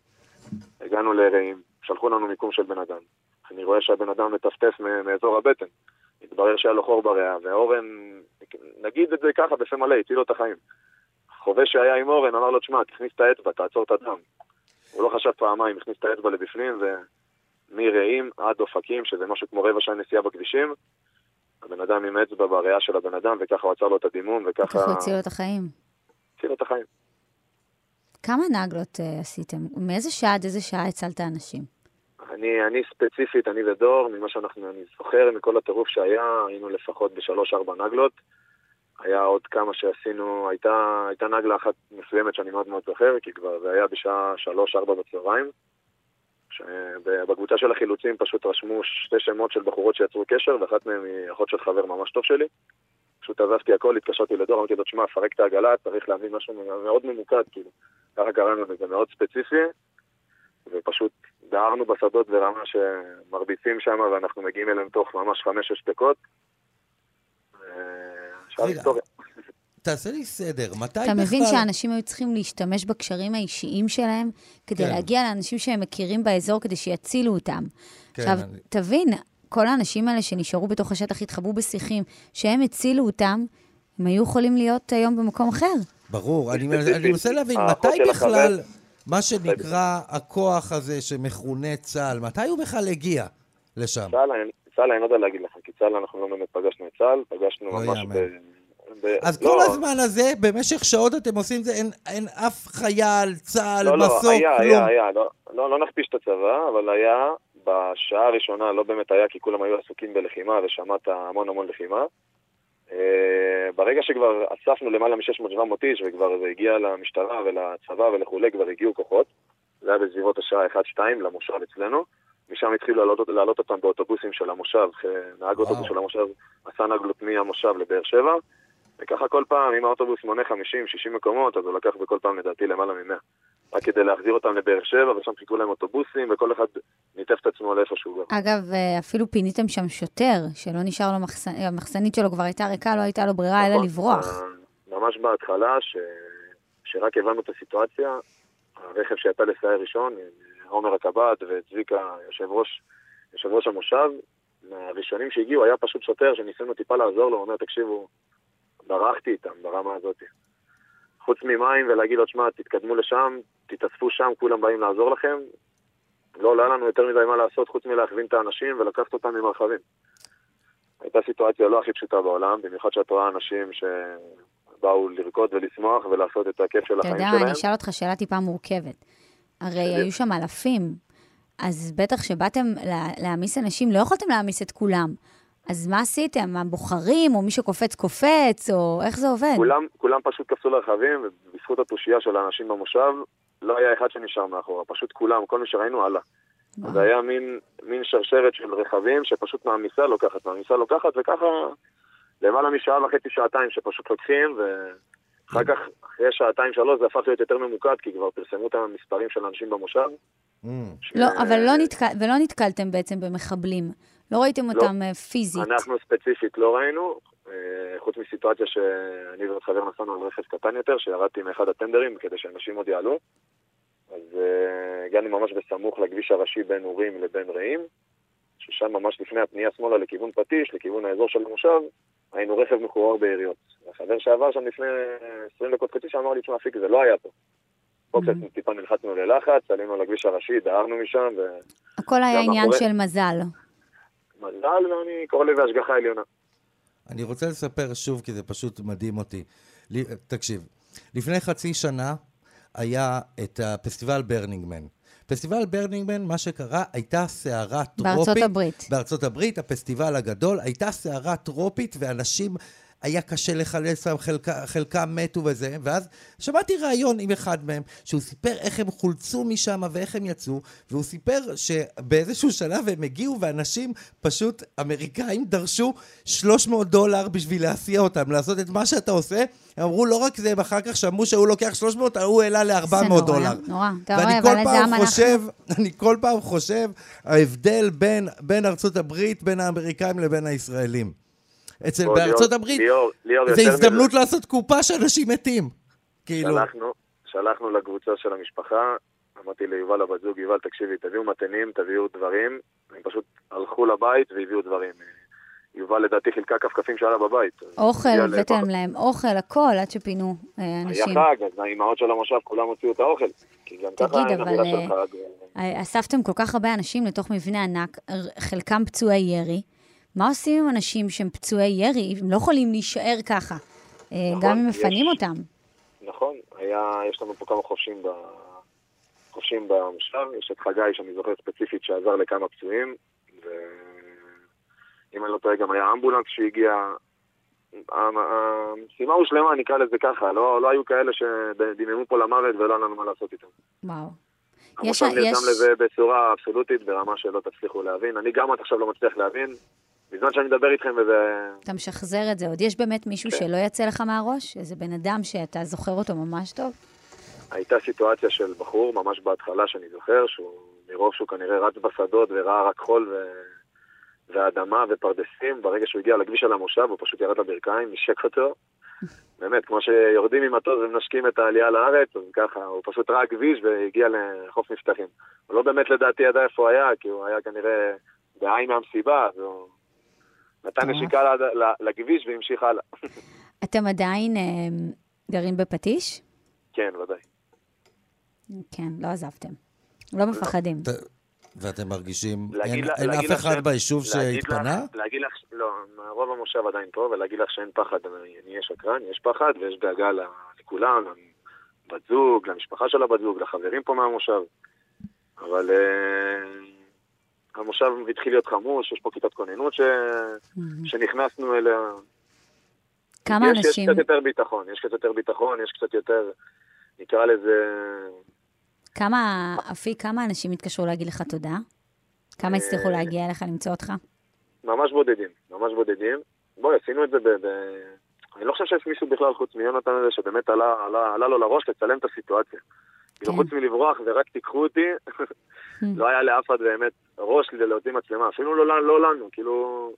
הגענו לרעים, שלחו לנו מיקום של בן אדם. אני רואה שהבן אדם מטפטף מ- מאזור הבטן. התברר שהיה לו חור בריאה, ואורן, נגיד את זה ככה, בפה מלא, הציל לו את החיים. חובש שהיה עם אורן אמר לו, תשמע, תכניס את האצבע, תעצור את הדם. הוא לא חשב פעמיים, הכניס את האצבע לבפנים, ומרעים עד אופקים, שזה משהו כמו רבע שעה נסיעה בכבישים, הבן אדם עם אצבע בריאה של הבן אדם, וככה הוא עצר לו את הדימום, וככה...
ככה הוציאו לו את החיים.
הציל לו את החיים.
כמה נגלות אה, עשיתם? מאיזה שעה עד איזה שעה הצלת אנשים?
אני, אני ספציפית, אני ודור, ממה שאנחנו, אני זוכר, מכל הטירוף שהיה, היינו לפחות בשלוש-ארבע נגלות. היה עוד כמה שעשינו, הייתה, הייתה נגלה אחת מסוימת שאני מאוד מאוד זוכר, כי כבר זה היה בשעה שלוש-ארבע בצהריים. ש- בקבוצה של החילוצים פשוט רשמו שתי שמות של בחורות שיצרו קשר, ואחת מהן היא אחות של חבר ממש טוב שלי. פשוט עזבתי הכל, התקשרתי לדור, אמרתי לו, תשמע, פרק את העגלה, צריך להביא משהו מאוד ממוקד, כאילו. ככה קראנו לזה, מאוד ספציפי. ופשוט דהרנו בשדות ברמה שמרביצים שם, ואנחנו מגיעים אליהם תוך ממש חמש-שש דקות. אה, שאר
רגע.
היסטוריה.
תעשה לי סדר, מתי בכלל...
אתה מבין שאנשים היו צריכים להשתמש בקשרים האישיים שלהם כדי
כן.
להגיע לאנשים שהם מכירים באזור כדי שיצילו אותם.
כן,
עכשיו,
אני-
תבין, כל האנשים האלה שנשארו בתוך השטח התחבאו בשיחים, שהם הצילו אותם, הם היו יכולים להיות היום במקום אחר.
ברור, אני
ספציפית.
אני מנסה להבין,
האחות
מתי
של החבר-
בכלל, מה שנקרא הכוח הזה שמכונה צה"ל, מתי הוא בכלל הגיע לשם?
צה"ל, אני- צה"ל, אני לא יודע להגיד לך, כי צה"ל אנחנו לא באמת פגשנו את צה"ל, פגשנו
לא
ממש ב...
יאמן.
ב-
אז
לא,
כל הזמן הזה, במשך שעות אתם עושים את זה, אין- אין אף חייל, צה"ל,
לא, לא,
מסוק,
היה, היה,
כלום.
היה, לא- לא לא נכפיש את הצבא, אבל היה בשעה הראשונה, לא באמת היה, כי כולם היו עסוקים בלחימה, ושמעת המון המון לחימה. אה, ברגע שכבר אספנו למעלה מ-600-700 איש, וכבר זה הגיע למשטרה ולצבא וכולי, כבר הגיעו כוחות. זה היה בסביבות השעה 1-2 למושב אצלנו. משם התחילו לעלות, לעלות אותם באוטובוסים של המושב, אה, נהג אוטובוס של המושב עשה נגלות מהמושב לבאר שבע, וככה כל פעם, אם האוטובוס מונה 50-60 מקומות, אז הוא לקח בכל פעם לדעתי למעלה מ-100. רק כדי להחזיר אותם לבאר שבע, ושם חיכו להם אוטובוסים, וכל אחד ניתף את עצמו לאיפה שהוא גר.
אגב, אה, אפילו פיניתם שם שוטר, שלא נשאר לו מחסנית, המחסנית שלו כבר הייתה ריקה, לא הייתה לו ברירה אלא
נכון.
לברוח.
אה, ממש בהתחלה, ש... שרק הבנו את הסיטואציה, הרכב שיצא לסייר ראשון, אה, עומר הקב"ט וצביקה, יושב ראש, יושב ראש המושב, מהראשונים שהגיעו היה פשוט שוטר שניסינו טיפה לעזור לו, הוא אומר, תקשיבו, ברחתי איתם ברמה הזאת. חוץ ממים ולהגיד לו, שמע, תתקדמו לשם, תתאספו שם, כולם באים לעזור לכם. לא עולה לנו יותר מדי מה לעשות חוץ מלהכווין את האנשים ולקחת אותם ממרחבים. הייתה סיטואציה לא הכי פשוטה בעולם, במיוחד שאת רואה אנשים שבאו לרקוד ולשמוח ולעשות את הכיף של
אתה
החיים
יודע מה,
שלהם.
אני אשאל אותך שאלה טיפה מורכבת. הרי
בדיוק.
היו שם אלפים, אז בטח שבאתם לה- להעמיס אנשים, לא יכולתם להעמיס את כולם. אז מה עשיתם? הבוחרים, או מי שקופץ קופץ, או איך זה עובד?
כולם, כולם פשוט קפצו לרכבים, ובזכות התושייה של האנשים במושב, לא היה אחד שנשאר מאחורה, פשוט כולם, כל מי שראינו עלה.
וואו.
זה היה מין, מין שרשרת של רכבים שפשוט מעמיסה לוקחת, מעמיסה לוקחת, וככה למעלה משעה וחצי, שעתיים שפשוט לוקחים, ואחר כך, אחרי שעתיים שלוש זה הפך להיות יותר ממוקד, כי כבר פרסמו את המספרים של האנשים במושב.
Mm.
ש-
לא, אבל לא, נתקל, ולא נתקלתם בעצם במחבלים. לא ראיתם
אה, לא.
אותם אה, פיזית.
אנחנו ספציפית לא ראינו, אה, חוץ מסיטואציה שאני ועוד חבר נסענו על רכב קטן יותר, שירדתי מאחד הטנדרים כדי שאנשים עוד יעלו. אז אה, הגענו ממש בסמוך לכביש הראשי בין אורים לבין רעים, ששם ממש לפני הפנייה שמאלה לכיוון פטיש, לכיוון האזור של המושב, היינו רכב מחורר ביריות. החבר שעבר שם לפני אה, 20 דקות חצי שעה אמר לי, תשמע, פיק, זה לא היה פה. פה קצת טיפה נלחצנו ללחץ, עלינו על הכביש הראשי, דהרנו משם, ו...
הכל היה
גם
עניין
מאחורי-
של מזל.
מזל, ואני קורא לזה השגחה עליונה.
אני רוצה לספר שוב, כי זה פשוט מדהים אותי. ל- תקשיב, לפני חצי שנה היה את הפסטיבל ברנינגמן. פסטיבל ברנינגמן, מה שקרה, הייתה סערה טרופית.
בארצות הברית.
בארצות הברית, הפסטיבל הגדול, הייתה סערה טרופית, ואנשים, היה קשה לחלץ אותם, חלק, חלקם מתו וזה, ואז שמעתי ראיון עם אחד מהם, שהוא סיפר איך הם חולצו משם ואיך הם יצאו, והוא סיפר שבאיזשהו שלב הם הגיעו, ואנשים פשוט, אמריקאים דרשו 300 דולר בשביל להסיע אותם, לעשות את מה שאתה עושה. הם אמרו, לא רק זה, הם אחר כך שאמרו שהוא לוקח 300, ההוא העלה
זה
ל-400
נורא,
דולר.
נורא. אתה
ואני
רואה,
כל
אבל איזה
פעם
עם אנחנו.
חושב, אני כל פעם חושב, ההבדל בין, בין ארצות הברית, בין האמריקאים לבין הישראלים. אצל,
בוא,
בארצות
ליאור,
הברית,
ליאור, ליאור,
זה
יותר
הזדמנות
מזה.
לעשות קופה שאנשים מתים. כאילו,
שלחנו, שלחנו לקבוצה של המשפחה, אמרתי ליובל הבת זוג, יובל, תקשיבי, תביאו מתנים, תביאו דברים. הם פשוט הלכו לבית והביאו דברים. יובל לדעתי חילקה כפכפים שהיה לה בבית. אז
אוכל,
הגיע
הבאתם
לבית.
להם אוכל, הכל, עד שפינו אה,
היה
אנשים.
חג, אז האימהות של המושב כולם הוציאו את האוכל. כי גם ככה
תגיד,
אין
אבל,
אווירה
אה,
של חג.
אה, אספתם כל כך הרבה אנשים לתוך מבנה ענק, ר- חלקם פצועי ירי. מה עושים עם אנשים שהם פצועי ירי? הם לא יכולים להישאר ככה, אה, גם אם
יש-
מפנים אותם.
נכון, היה, יש לנו פה כמה חובשים ב... חובשים במושב, יש את חגי שאני זוכר ספציפית שעזר לכמה פצועים, ואם אני לא טועה גם היה אמבולנס שהגיע. המ- המשימה הושלמה, נקרא לזה ככה, לא, לא היו כאלה שדיממו פה למוות ולא היה לנו מה לעשות איתם.
וואו. יש-
המושב
יש-
נרתם לזה בצורה אבסולוטית, ברמה שלא תצליחו להבין. אני גם עד עכשיו לא מצליח להבין, בזמן שאני מדבר איתכם וזה...
אתה משחזר את זה. עוד יש באמת מישהו
כן.
שלא יצא לך מהראש? איזה בן אדם שאתה זוכר אותו ממש טוב?
הייתה סיטואציה של בחור, ממש בהתחלה שאני זוכר, שהוא מרוב שהוא כנראה רץ בשדות וראה רק חול ו... ואדמה ופרדסים, ברגע שהוא הגיע לכביש של המושב, הוא פשוט ירד לברכיים, נשק אותו. באמת, כמו שיורדים ממטוס ומנשקים את העלייה לארץ, אז ככה, הוא פשוט ראה כביש והגיע לחוף מבטחים. הוא לא באמת לדעתי ידע איפה הוא היה, כי הוא היה כנראה בעין מהמסיבה, אז הוא נתן
מטורף.
נשיקה לעד- ל- לכביש והמשיך הלאה.
אתם עדיין אה, גרים בפטיש?
כן, ודאי.
כן, לא עזבתם. לא מפחדים.
ת- ואתם מרגישים,
להגיד
אין
לה-
אין
להגיד
אף
לך
אחד
שאין-
ביישוב
להגיד
שהתפנה?
לך- להגיד לך, לא, רוב המושב עדיין פה, ולהגיד לך שאין פחד, אני אני אהיה שקרן, יש פחד ויש דאגה ל- לכולם, לבת זוג, למשפחה של הבת זוג, לחברים פה מהמושב, אבל אה, המושב התחיל להיות חמוש, יש פה כיתת כוננות ש- שנכנסנו אליה.
כמה
יש,
אנשים...
יש קצת יותר ביטחון, יש קצת יותר ביטחון, יש קצת יותר, נקרא לזה,
כמה, אפי, כמה אנשים התקשרו להגיד לך תודה?
אה,
כמה הצליחו להגיע אליך, למצוא אותך?
ממש בודדים, ממש בודדים. בואי, עשינו את זה ב... ב... אני לא חושב שיש מישהו בכלל חוץ מיונתן הזה שבאמת עלה, עלה, עלה לו לראש לצלם את הסיטואציה. כאילו
כן.
חוץ מלברוח ורק תיקחו אותי, לא היה לאף אחד באמת ראש כדי להוציא מצלמה, אפילו לא, לנו- לא לנו, כאילו...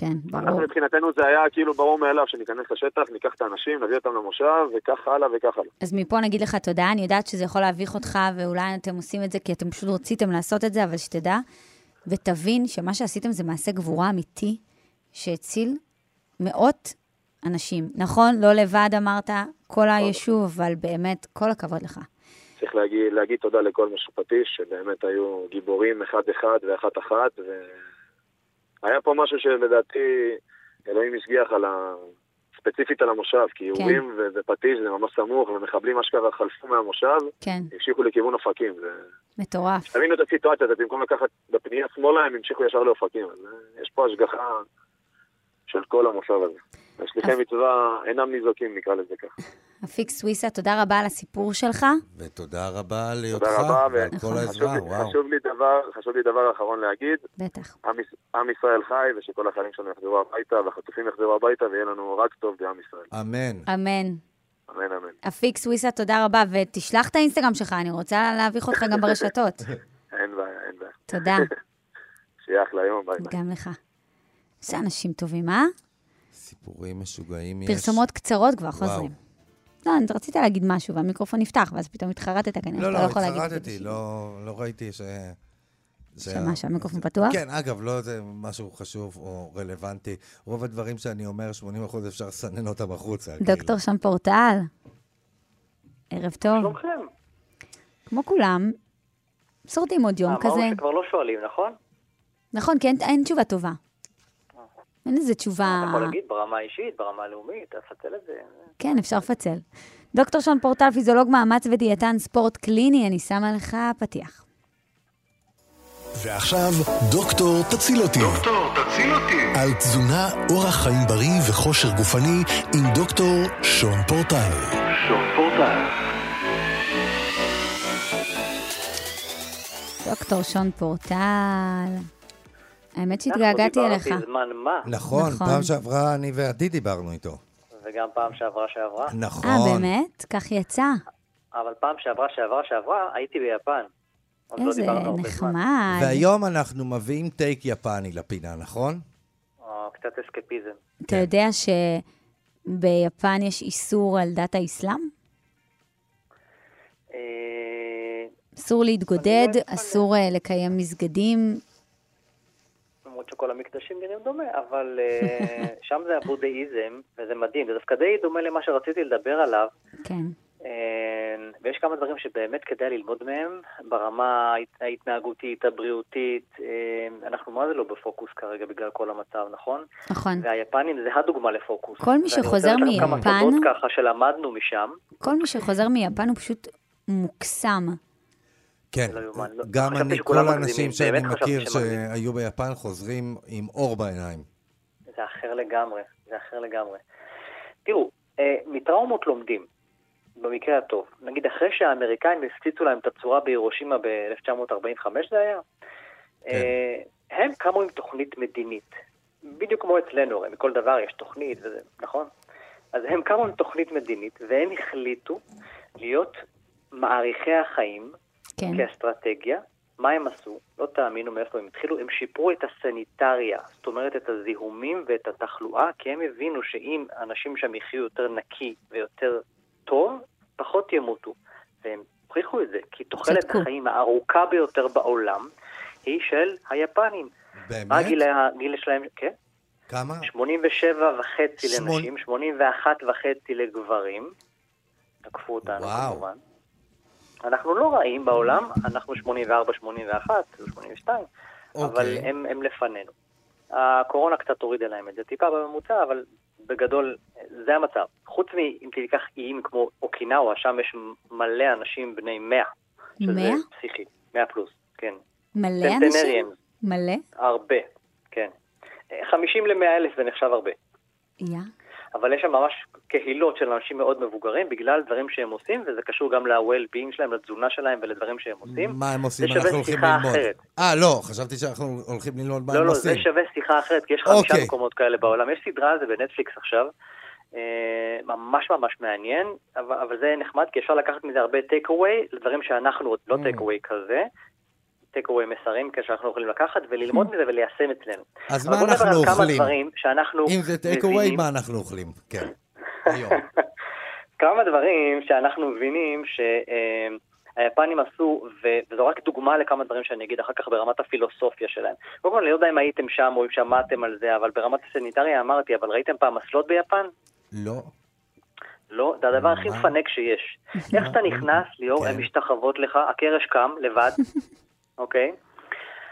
כן,
אנחנו
ברור.
מבחינתנו זה היה כאילו ברור מאליו שניכנס לשטח, ניקח את האנשים, נביא אותם למושב, וכך הלאה וכך הלאה.
אז מפה נגיד לך תודה, אני יודעת שזה יכול להביך אותך, ואולי אתם עושים את זה כי אתם פשוט רציתם לעשות את זה, אבל שתדע, ותבין שמה שעשיתם זה מעשה גבורה אמיתי, שהציל מאות אנשים. נכון, לא לבד אמרת, כל היישוב, אבל באמת, כל הכבוד לך.
צריך להגיד, להגיד תודה לכל משופטיש, שבאמת היו גיבורים אחד-אחד ואחת-אחת, והיה פה משהו שלדעתי אלוהים השגיח על ה... ספציפית על המושב, כי אירועים ו- ופטיש זה ממש סמוך, ומחבלים אשכרה חלפו מהמושב,
כן,
המשיכו לכיוון אופקים. זה-
מטורף.
תבינו את הסיטואציה הזאת, במקום לקחת בפנייה שמאלה, הם המשיכו ישר לאופקים. אז אה, יש פה השגחה של כל המושב הזה. השליחי
אז-
מצווה אינם ניזוקים, נקרא לזה ככה.
אפיק סוויסה, תודה רבה על הסיפור שלך.
ותודה רבה על היותך
תודה רבה,
ועל
ו-
כל
חשוב
העזרה,
לי-
וואו.
חשוב לי דבר- חשוב לי דבר אחרון להגיד,
בטח.
עם, יש- עם ישראל חי, ושכל החיילים שלנו יחזרו הביתה, והחטופים יחזרו הביתה, ויהיה לנו רק טוב בעם ישראל.
אמן.
אמן.
אמן, אמן.
אפיק סוויסה, תודה רבה, ותשלח את האינסטגרם שלך, אני רוצה להביך אותך גם ברשתות.
אין בעיה, אין בעיה.
תודה,
שיהיה אחלה יום, ביי ביי.
גם לך. איזה אנשים טובים, אה?
סיפורים משוגעים יש.
פרסומות קצרות כבר, חוזרים. לא, אני רצית להגיד משהו, והמיקרופון נפתח, ואז פתאום התחרטת כנראה,
לא,
שאתה
לא,
לא יכול להגיד את זה
התחרטתי,
בשבילי.
לא לא ראיתי ש... ש-
שמה, שהמיקרופון פתוח?
כן, אגב, לא זה משהו חשוב או רלוונטי. רוב הדברים שאני אומר, 80% אפשר לסנן אותם החוצה. כאילו.
דוקטור שמפורטל, ערב טוב.
שלומכם.
כמו כולם, שורדים עוד יום
אמרנו
כזה.
שכבר לא שואלים, נכון?
נכון, כי אין- אין תשובה טובה. אין איזה תשובה...
אתה יכול להגיד ברמה האישית, ברמה הלאומית, תפצל את זה.
כן, אפשר לפצל. דוקטור שון פורטל, פיזיולוג מאמץ ודיאטן ספורט קליני, אני שמה לך פתיח.
ועכשיו, דוקטור תציל אותי. דוקטור תציל אותי. על תזונה, אורח חיים בריא וכושר גופני עם דוקטור שון פורטל.
דוקטור שון פורטל, האמת שהתגעגעתי
אנחנו
אליך.
דיברנו בזמן מה,
נכון,
נכון.
פעם שעברה אני ועדי דיברנו איתו.
וגם פעם שעברה שעברה.
נכון.
אה, באמת? כך יצא.
אבל פעם שעברה שעברה שעברה, הייתי ביפן. עוד לא
איזה
דיברנו הרבה זמן.
נחמד.
והיום אנחנו מביאים טייק יפני לפינה, נכון?
או, קצת אה, אסקפיזם.
אתה יודע ש... ביפן יש איסור על דת האסלאם?
אה,
אסור להתגודד,
אני לא יודעת.
אסור אה, לקיים מסגדים.
למרות שכל המקדשים נראים דומה, אבל אה, שם זה הבודהיזם, וזה מדהים. זה דווקא די דומה למה שרציתי לדבר עליו.
כן.
אה, ויש כמה דברים שבאמת כדאי ללמוד מהם, ברמה ההת- ההתנהגותית, הבריאותית. אה, אנחנו מה זה לא בפוקוס כרגע בגלל כל המצב, נכון?
נכון.
והיפנים זה הדוגמה לפוקוס.
כל מי
ואני
שחוזר
רוצה לתת לכם כמה
מיפן-
סודות ככה שלמדנו משם.
כל מי שחוזר מיפן הוא פשוט מוקסם.
כן,
לא יאומן, לא.
גם
חשבתי
אני,
שכולם
כל האנשים
מגזימים,
שאני
באמת חשבתי
מכיר
שהם מגזימים.
שהיו ביפן חוזרים עם אור בעיניים.
זה אחר לגמרי, זה אחר לגמרי. תראו, אה, מטראומות לומדים, במקרה הטוב. נגיד, אחרי שהאמריקאים הפציצו להם את הצורה בהירושימה ב-1945 זה היה, אה, הם קמו עם תוכנית מדינית. בדיוק כמו אצלנו, הרי מכל דבר יש תוכנית, וזה, נכון? אז הם קמו עם תוכנית מדינית, והם החליטו להיות מעריכי החיים
כן.
כאסטרטגיה, מה הם עשו? לא תאמינו מאיפה הם התחילו, הם שיפרו את הסניטריה, זאת אומרת את הזיהומים ואת התחלואה, כי הם הבינו שאם אנשים שם יחיו יותר נקי ויותר טוב, פחות ימותו. והם הוכיחו את זה, כי תוחלת
צדקו.
החיים הארוכה ביותר בעולם היא של היפנים. מה
באמת?
הגיל, הגיל שלהם? כן,
כמה?
87 וחצי
שמונה-
לנשים, 81 וחצי לגברים. תקפו אותנו
וואו.
כמובן. אנחנו לא רעים בעולם, אנחנו 84, 81, 82, אבל
אוקיי.
הם, הם לפנינו. הקורונה קצת הורידה להם את זה טיפה בממוצע, אבל בגדול זה המצב. חוץ מאם תיקח איים כמו אוקינאווה, שם יש מלא אנשים בני 100. שזה
100?
פסיכי, 100 פלוס, כן.
מלא
סנטנריאנס.
אנשים? מלא?
הרבה, כן. 50 ל-100 אלף זה נחשב הרבה.
יא.
אבל יש שם ממש קהילות של אנשים מאוד מבוגרים בגלל דברים שהם עושים, וזה קשור גם ל-well-being שלהם, לתזונה שלהם ולדברים שהם עושים.
מה הם עושים?
זה שווה
אנחנו הולכים
שיחה
ללמוד.
אחרת.
אה, לא, חשבתי שאנחנו הולכים ללמוד מה
לא,
הם
לא, זה
עושים.
שווה שיחה אחרת, כי יש חמישה
אוקיי.
מקומות כאלה בעולם. יש סדרה על זה בנטפליקס עכשיו, אה, ממש ממש מעניין, אבל אבל זה נחמד, כי אפשר לקחת מזה הרבה take away, לדברים שאנחנו, עוד
Mm.
לא take away כזה, take away מסרים כאלה שאנחנו יכולים לקחת, וללמוד מזה וליישם אצלנו.
Mm. אז
אבל
מה
בוא נדבר
אנחנו
על כמה
אוכלים?
דברים שאנחנו
אם זה טייק
מבינים.
אווי, מה אנחנו אוכלים? כן. היום.
כמה דברים שאנחנו מבינים שהיפנים עשו, ו- וזו רק דוגמה לכמה דברים שאני אגיד אחר כך ברמת הפילוסופיה שלהם. קודם כל, אני לא יודע אם הייתם שם או אם שמעתם על זה, אבל ברמת הסניטריה אמרתי, אבל ראיתם פעם אסלות ביפן?
לא.
לא, זה הדבר הכי מפנק שיש. איך אתה נכנס, ליאור,
כן.
הן משתחוות לך, הקרש קם לבד, אוקיי?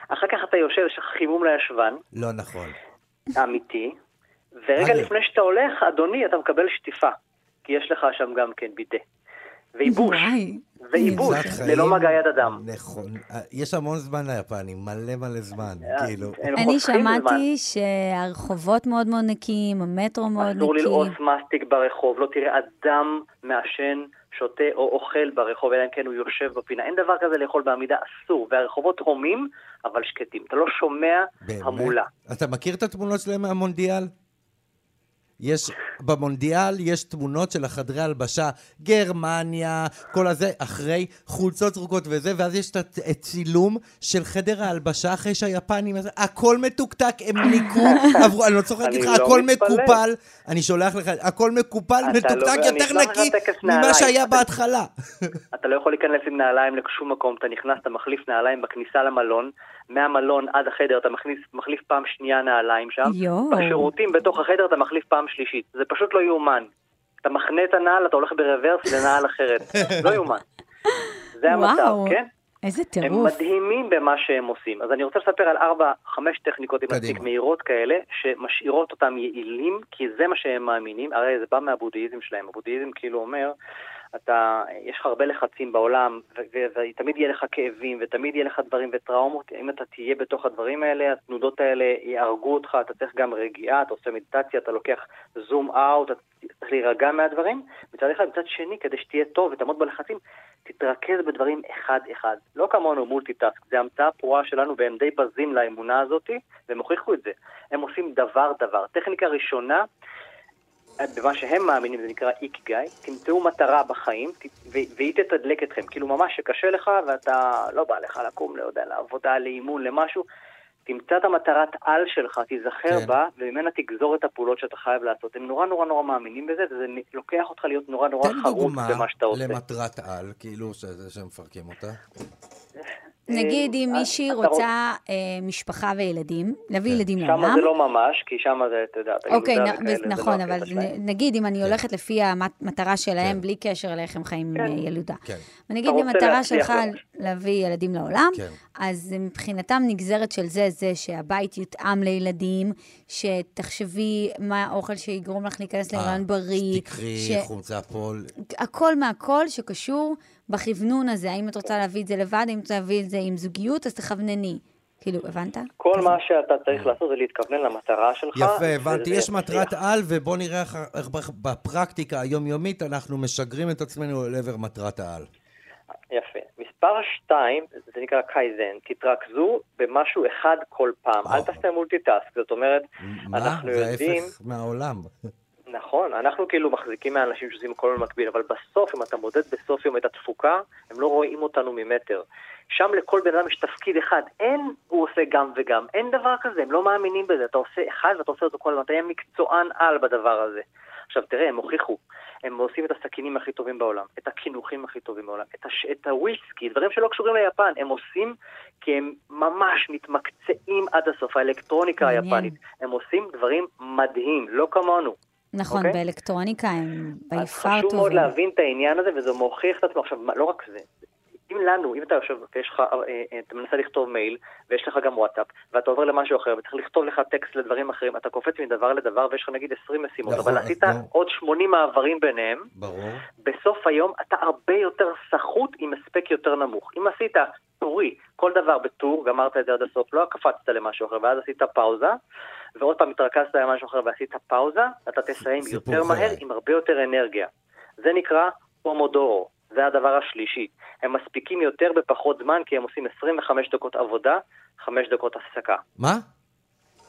אחר כך אתה יושב, יש לך חימום לישבן,
לא נכון.
אמיתי, ורגע
אגב.
לפני שאתה הולך, אדוני, אתה מקבל שטיפה, כי יש לך שם גם כן בידה. וייבוש.
וואי.
וייבוש,
קצת חיים
ללא לא מגע יד אדם.
נכון. אה, יש המון זמן ליפנים, מלא מלא זמן,
אה,
כאילו.
הם
אני
חוסכים
שמעתי שהרחובות מאוד מאוד נקיים, המטרו מאוד
זמן. אסור ללעוס
נקי.
מסטיק ברחוב, לא תראה אדם מעשן, שותה או אוכל ברחוב, אלא אם כן הוא יושב בפינה. אין דבר כזה לאכול בעמידה, אסור. והרחובות הומים, אבל שקטים. אתה לא שומע
באמת?
המולה.
אתה מכיר את התמונות שלהם מהמונדיאל? יש, במונדיאל יש תמונות של החדרי הלבשה, גרמניה, כל הזה, אחרי חולצות זרוקות וזה, ואז יש את הת- את צילום של חדר ההלבשה אחרי שהיפנים, אז הכל מתוקתק, הם ניקו, עברו, אני לא צוחק
אני
איתך,
לא
הכל
מתפלא.
מקופל, אני שולח לך, הכל מקופל,
אתה לא-
מתוקתק
אני
יותר
אשלח לך
נקי
טקס
ממה
נעליים.
שהיה
אתה-
בהתחלה.
אתה לא יכול להיכנס עם נעליים לשום מקום, אתה נכנס, אתה מחליף נעליים בכניסה למלון, מהמלון עד החדר אתה מכניס, מחליף פעם שנייה נעליים שם,
יואו.
בשירותים בתוך החדר אתה מחליף פעם שלישית, זה פשוט לא יאומן. אתה מחנה את הנעל, אתה הולך ברוורס לנעל אחרת, לא יאומן. זה המצב,
וואו.
כן?
איזה
הם
טירוף.
מדהימים במה שהם עושים. אז אני רוצה לספר על ארבע, חמש טכניקות, אם
קדימה.
נציג מהירות כאלה, שמשאירות אותם יעילים, כי זה מה שהם מאמינים. הרי זה בא מהבודהיזם שלהם. הבודהיזם כאילו אומר, אתה, יש לך הרבה לחצים בעולם, ו- ו- ותמיד יהיה לך כאבים, ותמיד יהיה לך דברים וטראומות. אם אתה תהיה בתוך הדברים האלה, התנודות האלה יהרגו אותך, אתה צריך גם רגיעה, אתה עושה מדיטציה, אתה לוקח זום אאוט, אתה צריך להירגע מהדברים. מצד אחד, מצד שני, כדי שתהיה טוב ותעמוד בלחצים, תתרכז בדברים אחד-אחד. לא כמונו מולטיטאסק, זו המצאה פרועה שלנו והם די בזים לאמונה הזאת, והם הוכיחו את זה. הם עושים דבר-דבר. טכניקה ראשונה, במה שהם מאמינים, זה נקרא איקיגאי, תמצאו מטרה בחיים ת- ו- והיא תתדלק אתכם. כאילו ממש שקשה לך ואתה לא בא לך לקום, לא יודע, לעבודה, לאימון, למשהו. תמצא את המטרת על שלך, תיזכר כן. בה, וממנה תגזור את הפעולות שאתה חייב לעשות. הם נורא נורא נורא מאמינים בזה, וזה לוקח אותך להיות נורא נורא חרוץ במה שאתה עושה.
תן דוגמה למטרת על, כאילו, שזה, שמפרקים אותה.
נגיד
אה,
אם מישהי רוצה אה, משפחה וילדים, להביא ילדים לעולם.
שם זה לא ממש, כי שם זה, לא אתה יודע,
אוקיי, נ- נכון, אבל נ- נגיד אם
כן.
אני הולכת לפי המטרה שלהם, בלי קשר לאיך הם חיים אה, ילודה.
כן.
ונגיד
אתה
אם
רוצה
המטרה
להצליח
שלך
ממש.
להביא ילדים לעולם,
כן.
אז מבחינתם נגזרת של זה, זה שהבית יותאם לילדים, שתחשבי מה האוכל שיגרום לך
אה,
להיכנס להיריון בריא.
תקחי
ש-
חומצה פול.
נכון. הכל מהכל שקשור בכוונון הזה. האם את רוצה להביא את זה לבד, האם את רוצה להביא את זה עם זוגיות, אז תכוונני. כאילו, הבנת?
כל
כזה.
מה שאתה צריך לעשות זה להתכוונן למטרה שלך.
יפה,
וזה
הבנתי. יש
יצליח.
מטרת על, ובוא נראה איך- איך ב- בפרקטיקה היומיומית אנחנו משגרים את עצמנו לעבר מטרת העל.
יפה. מספר 2, זה נקרא קייזן, תתרכזו במשהו אחד כל פעם.
וואו.
אל תעשה מולטיטאסק, זאת אומרת,
מה?
אנחנו
זה
יודעים...
ההפך מהעולם.
נכון, אנחנו כאילו מחזיקים מאנשים שעושים הכל במקביל, אבל בסוף, אם אתה מודד בסוף יום את התפוקה, הם לא רואים אותנו ממטר. שם לכל בן אדם יש תפקיד אחד, אין הוא עושה גם וגם, אין דבר כזה, הם לא מאמינים בזה, אתה עושה אחד ואתה עושה אותו כל הזמן, אתה יהיה מקצוען על בדבר הזה. עכשיו תראה, הם הוכיחו, הם עושים את הסכינים הכי טובים בעולם, את הקינוחים הכי טובים בעולם, את, הש... את הוויסקי, דברים שלא קשורים ליפן, הם עושים כי הם ממש מתמקצעים עד הסוף, האלקטרוניקה
מעניין.
היפנית, הם עושים דברים מדהים, לא כמונו.
נכון,
אוקיי?
באלקטרוניקה הם
אז
ביפר
חשוב מאוד
טובים.
להבין את העניין הזה, וזה מוכיח את עצמו. עכשיו, מה- לא רק זה, אם לנו, אם אתה יושב ויש לך, אה, אה, אתה מנסה לכתוב מייל, ויש לך גם וואטסאפ, ואתה עובר למשהו אחר, וצריך לכתוב לך טקסט לדברים אחרים, אתה קופץ מדבר לדבר, ויש לך נגיד 20 משימות,
נכון,
אבל
אז
עשית
לא.
עוד 80 מעברים ביניהם,
ברור.
בסוף היום אתה הרבה יותר סחוט עם הספק יותר נמוך. אם עשית טורי, כל דבר בטור, גמרת את זה עד הסוף, לא קפצת למשהו אחר, ואז עשית פאוזה, ועוד פעם התרכזת למשהו אחר ועשית פאוזה, אתה תסיים
סיפור
יותר
חיי.
מהר עם הרבה יותר אנרגיה. זה נקרא פומודורו, זה הדבר השלישי. הם מספיקים יותר בפחות זמן, כי הם עושים 25 דקות עבודה, 5 דקות הפסקה,
מה?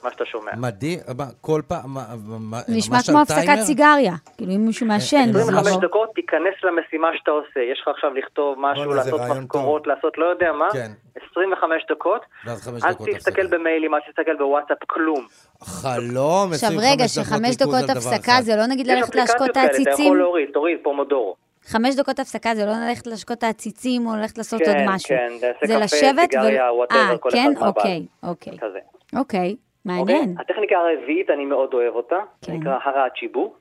מה שאתה שומע.
מדהים. מה, כל פעם... מה- מה-
נשמע
ממש
כמו
על
הפסקת
טיימר?
סיגריה. כאילו, אם מישהו מעשן,
אה,
זה לא-
25
משהו.
דקות, תיכנס למשימה שאתה עושה. יש לך עכשיו לכתוב משהו,
וואלה, זה
לעשות
רעיון
משכורות,
טוב.
לעשות לא יודע מה.
כן.
25 דקות.
ואז חמש
אל
דקות
תסתכל
הפסקה.
במיילים, אל תסתכל בוואטסאפ, כלום.
חלום, 25
עכשיו,
דקות
רגע, שחמש
ריכוז
דקות
על דבר
הפסקה
אחד.
זה לא נגיד ללכת להשקות את
כן, אתה יכול לא-
העציצים?
להוריד, תוריד, פומודורו.
חמש דקות הפסקה זה לא ללכת להשקות את העציצים או ללכת לעשות
כן,
עוד משהו.
כן, זה עושה
זה
קפה,
לשבת
סיגריה,
ו...
whatever,
אה,
כל אחד
כן?
מהבעל.
אוקיי, אוקיי.
כזה.
אוקיי,
אוקיי?
מעניין.
הטכניקה הרביעית, אני מאוד אוהב אותה. זה
כן.
נקרא הרה הצ'יבו.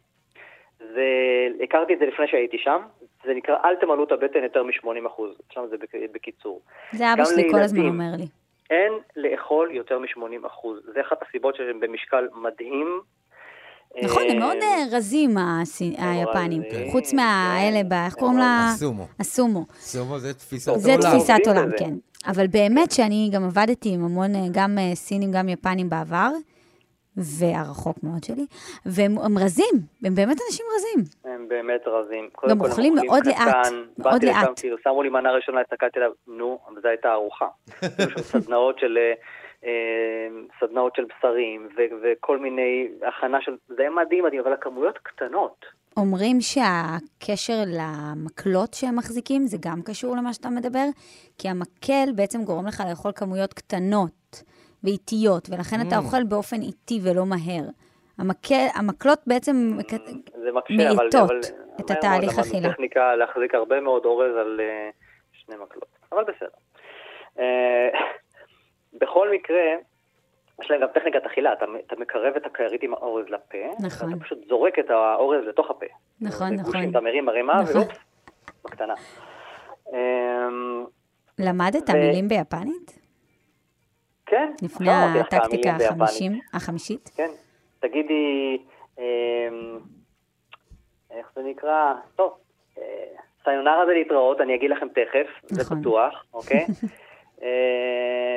זה... הכרתי את זה לפני שהייתי שם. זה נקרא אל תמלאו את הבטן יותר מ-80%. שם זה בק- בקיצור.
זה אבא
גם
שלי כל הזמן
לילדים.
אומר לי.
אין לאכול יותר מ-80 אחוז. זה אחת הסיבות שהם במשקל מדהים.
נכון, הם
אה,
מאוד אה, רזים, הסי- היפנים.
רזים, כן.
חוץ מהאלה, ב- איך קוראים לה?
הסומו.
הסומו.
סומו זה תפיסת
זה
זה
עולם.
תפיסת
עובדים
עולם,
בזה.
כן. אבל באמת שאני גם עבדתי עם המון, אה, גם אה, סינים, גם יפנים בעבר, והרחוק מאוד שלי, והם הם רזים, הם באמת אנשים רזים.
הם באמת רזים. קודם
אה, גם
כל, הם
אוכלים מאוד לאט, מאוד
באתי לשם,
לאט.
כאילו, שמו לי מנה ראשונה, הסתכלתי עליו, נו, אבל זו הייתה ארוחה. היו שם סדנאות של... אה, אה, סדנאות של בשרים ו- וכל מיני הכנה של... זה היה מדהים, מדהים, אבל הכמויות קטנות.
אומרים שהקשר למקלות שהם מחזיקים, זה גם קשור למה שאתה מדבר, כי המקל בעצם גורם לך לאכול כמויות קטנות ואיטיות, ולכן אתה אוכל באופן איטי ולא מהר. המקל, המקלות בעצם...
זה מקשה, אבל...
מאיטות
אבל-
את
מהר
התהליך
מאוד למדנו
אכילה.
טכניקה להחזיק הרבה מאוד אורז על אה, שני מקלות, אבל בסדר. אה, בכל מקרה, יש להם גם טכניקת אכילה, אתה, אתה מקרב את הכרית עם האורז לפה,
נכון.
ואתה פשוט זורק את האורז לתוך הפה.
נכון,
זה גושים,
נכון.
אתה מרים ערימה,
נכון.
ואופס, בקטנה. אה,
למדת
ו-
מילים ביפנית?
כן,
לפני
עכשיו אמרתי לך את
הטקטיקה
המילים ביפנית.
החמישים, החמישית?
כן. תגידי, אמ, איך זה נקרא? טוב, אה, סיונרה זה להתראות, אני אגיד לכם תכף, זה
נכון.
בטוח, אוקיי? אה,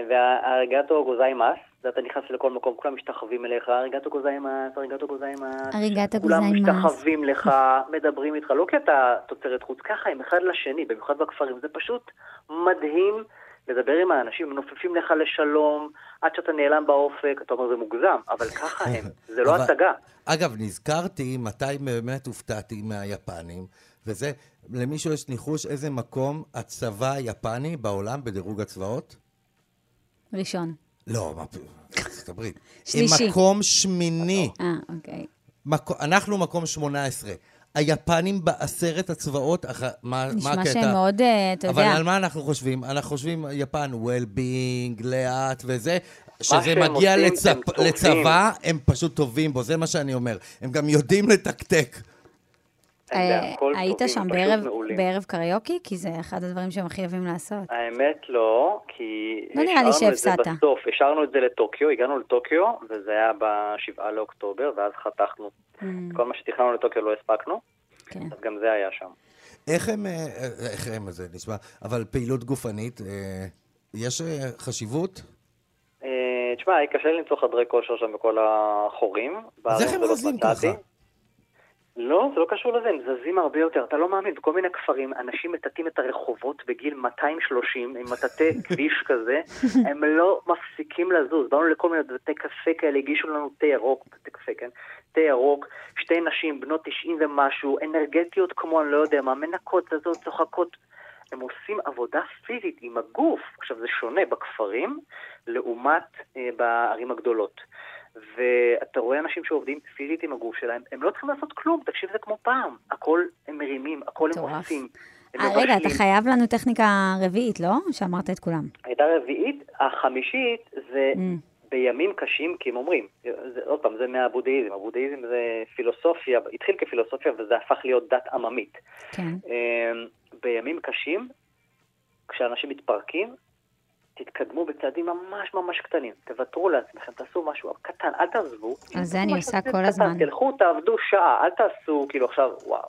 והאריגטו גוזיימאס, זה אתה נכנס לכל מקום, כולם משתחווים אליך, אריגטו גוזיימאס, אריגטו גוזיימאס.
אריגטו
כולם
גוזיימאס.
משתחווים לך, מדברים איתך, לא כי אתה תוצרת חוץ, ככה הם אחד לשני, במיוחד בכפרים. זה פשוט מדהים לדבר עם האנשים, הם נופפים לך לשלום, עד שאתה נעלם באופק, אתה אומר זה מוגזם, אבל ככה הם, זה לא
אבל-
הצגה.
אגב, נזכרתי מתי באמת הופתעתי מהיפנים, וזה, למישהו יש ניחוש איזה מקום הצבא היפני בעולם בדירוג הצבאות?
ראשון.
לא, מה פתאום, ארצות הברית.
שלישי.
הם מקום שמיני.
אה, אוקיי.
מקו- אנחנו מקום 18. היפנים בעשרת הצבאות, אח- מה מה הקטע?
נשמע שהם מאוד, אה, אתה
אבל
יודע,
על מה אנחנו חושבים? אנחנו חושבים, יפן, well-being, לאט וזה. שזה
שהם
מגיע
עושים,
לצפ...
הם טובים.
לצבא, הם פשוט טובים בו, זה מה שאני אומר. הם גם יודעים לתקתק.
הם
אה,
בהכל
היית
טובים,
שם
פשוט
בערב-
מעולים. אה,
בערב קריוקי? כי זה אחד הדברים שהם הכי אוהבים לעשות.
האמת לא, כי
לא נראה לי
השארנו את זה
שהפסדת.
בסוף, השארנו את זה לטוקיו, הגענו לטוקיו, וזה היה בשבעה לאוקטובר, ואז חתכנו.
Mm.
כל מה שתכננו לטוקיו לא הספקנו,
אה, כן.
אז גם זה היה שם.
איך הם, אה, אה, איך הם, זה נשמע, אבל פעילות גופנית, אה, יש אה, חשיבות?
אה, תשמע, היה קשה לי למצוא חדרי כושר שם בכל החורים.
אז
בארץ
איך הם
זה לא
רזים
מצאתי.
ככה?
לא, זה לא קשור לזה, הם זזים הרבה יותר. אתה לא מאמין, בכל מיני כפרים, אנשים מטאטאים את הרחובות בגיל 230, עם מטאטא כביש כזה, הם לא מפסיקים לזוז. באנו לכל מיני בתי קפה כאלה, הגישו לנו תה ירוק, בתי קפה, כן? תה ירוק, שתי נשים בנות 90 ומשהו, אנרגטיות כמו אני לא יודע מה, מנקות, זזות, צוחקות. הם עושים עבודה פיזית עם הגוף. עכשיו, זה שונה בכפרים לעומת אה, בערים הגדולות. ואתה רואה אנשים שעובדים פיזית עם הגוף שלהם, הם לא צריכים לעשות כלום, תקשיב, זה כמו פעם. הכל הם מרימים, הכל הם
מטורף.
עושים. הם
אה, רגע, אתה
מבשלים.
חייב לנו טכניקה רביעית, לא? שאמרת את כולם.
הייתה רביעית, החמישית זה
Mm.
בימים קשים, כי הם אומרים, זה, עוד פעם, זה מהבודהיזם, הבודהיזם זה פילוסופיה, התחיל כפילוסופיה וזה הפך להיות דת עממית.
כן.
אמ, בימים קשים, כשאנשים מתפרקים, תתקדמו בצעדים ממש ממש קטנים. תוותרו לעצמכם, תעשו משהו קטן, אל תעזבו.
אז זה אני
משהו
עושה
קטן,
כל הזמן.
תלכו, תעבדו שעה, אל תעשו כאילו עכשיו, וואו.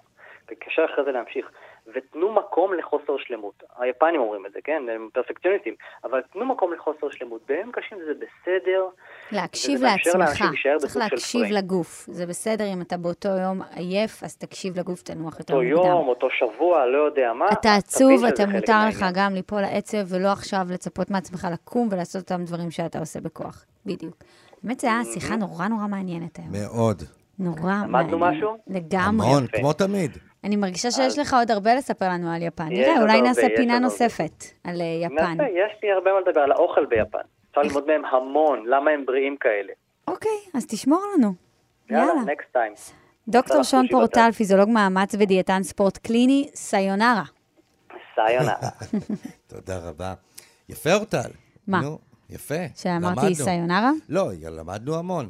וקשה אחרי זה להמשיך. ותנו מקום לחוסר שלמות. היפנים אומרים את זה, כן? הם פרפקציוניסטים. אבל תנו מקום לחוסר שלמות. בימים קשים זה בסדר.
להקשיב
וזה מאפשר
לעצמך,
לאנשים להישאר
צריך
בסוג של
להקשיב
פריים.
לגוף. זה בסדר אם אתה באותו יום עייף, אז תקשיב לגוף, תנוח יותר
אותו יום,
מוקדם.
אותו שבוע, לא יודע מה.
אתה
תבין
עצוב,
שזה
אתה
חלק
מותר לך
מהעניין.
גם ליפול לעצב, ולא עכשיו לצפות מעצמך לקום ולעשות אותם דברים שאתה עושה בכוח. בדיוק. באמת, זו הייתה שיחה נורא נורא מעניינת היום.
מאוד.
נורא מעניין.
למדנו משהו?
לגמרי.
המון, כמו תמיד.
אני מרגישה שיש לך עוד הרבה לספר לנו על יפן.
יש
נראה,
עוד
אולי
הרבה,
נעשה
יש עוד
פינה
הרבה.
נוספת על אה, יפן.
נעשה, יש לי הרבה מה לדבר על האוכל ביפן. אפשר ללמוד מהם המון, למה הם בריאים כאלה.
אוקיי, אז תשמור לנו.
יאללה,
יאללה.
נקסט טיים.
דוקטור
נעשה לך
שון
סושי
פורטל,
בצד.
פיזיולוג מאמץ ודיאטן ספורט קליני, סיונרה.
סיונרה.
תודה רבה. יפה, אורטל.
מה?
נו, יפה.
שאמרתי
למדנו.
סיונרה?
לא, יא, למדנו המון.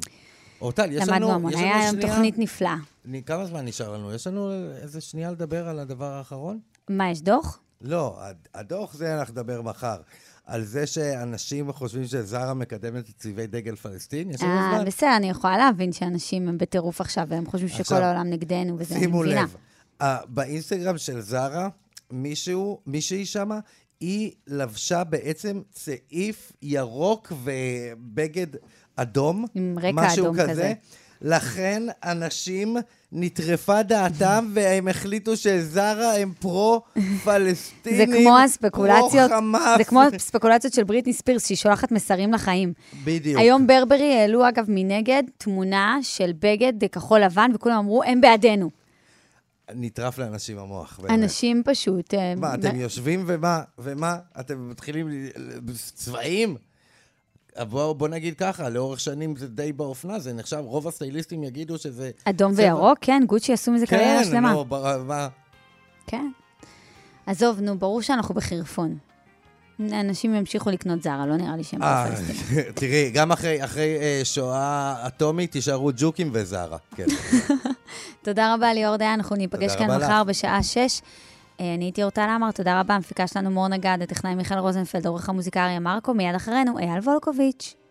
אורטל, יש לנו...
למדנו המון.
יש לנו
היה היום
שנייה-
תוכנית נפלאה.
אני- כמה זמן נשאר לנו? יש לנו איזה שנייה לדבר על הדבר האחרון?
מה, יש דוח?
לא, הד- הדוח זה אנחנו נדבר מחר. על זה שאנשים חושבים שזרה מקדמת את צבעי דגל פלסטין? יש לנו
אה,
לא זמן?
בסדר, אני יכולה להבין שאנשים הם בטירוף עכשיו, והם חושבים שכל
עכשיו,
העולם נגדנו, וזה אני
שימו
מבינה.
לב, אה, באינסטגרם של זרה, מישהו, מישהי שמה, היא לבשה בעצם צעיף ירוק ובגד אדום.
עם רקע
משהו
אדום כזה.
לכן אנשים נטרפה דעתם והם החליטו שזרה הם
זה
פרו-פלסטינים,
כמו הספקולציות,
פרו-חמאס.
זה כמו הספקולציות של בריטני ספירס, שהיא שולחת מסרים לחיים.
בדיוק.
היום ברברי העלו, אגב, מנגד, תמונה של בגד כחול לבן, וכולם אמרו, הם בעדנו.
נטרף לאנשים המוח. באמת.
אנשים פשוט... אה,
מה, אתם
מ-
יושבים ומה, ומה, אתם מתחילים ל- ל- צבעים? בוא, בוא נגיד ככה, לאורך שנים זה די באופנה, זה נחשב, רוב הסטייליסטים יגידו שזה...
אדום
צבע-
וירוק, כן, גוצ'י עשו מזה
לא- כן,
קריירה שלמה.
נו, ברמה...
כן. עזוב, נו, ברור שאנחנו בחרפון. אנשים ימשיכו לקנות זרה, לא נראה לי שהם
אה,
בפלסטין.
תראי, גם אחרי, אחרי אה, שואה אטומית תישארו ג'וקים וזרה. כן.
תודה רבה, ליאור דיין, אנחנו ניפגש
תודה
כאן
רבה
מחר
לך.
בשעה שש. אה, אני הייתי אורטל עמר, תודה רבה, המפיקה שלנו מור נגד, הטכנאי מיכאל רוזנפלד, עורך המוזיקה אריה מרקו, מיד אחרינו אייל וולקוביץ'.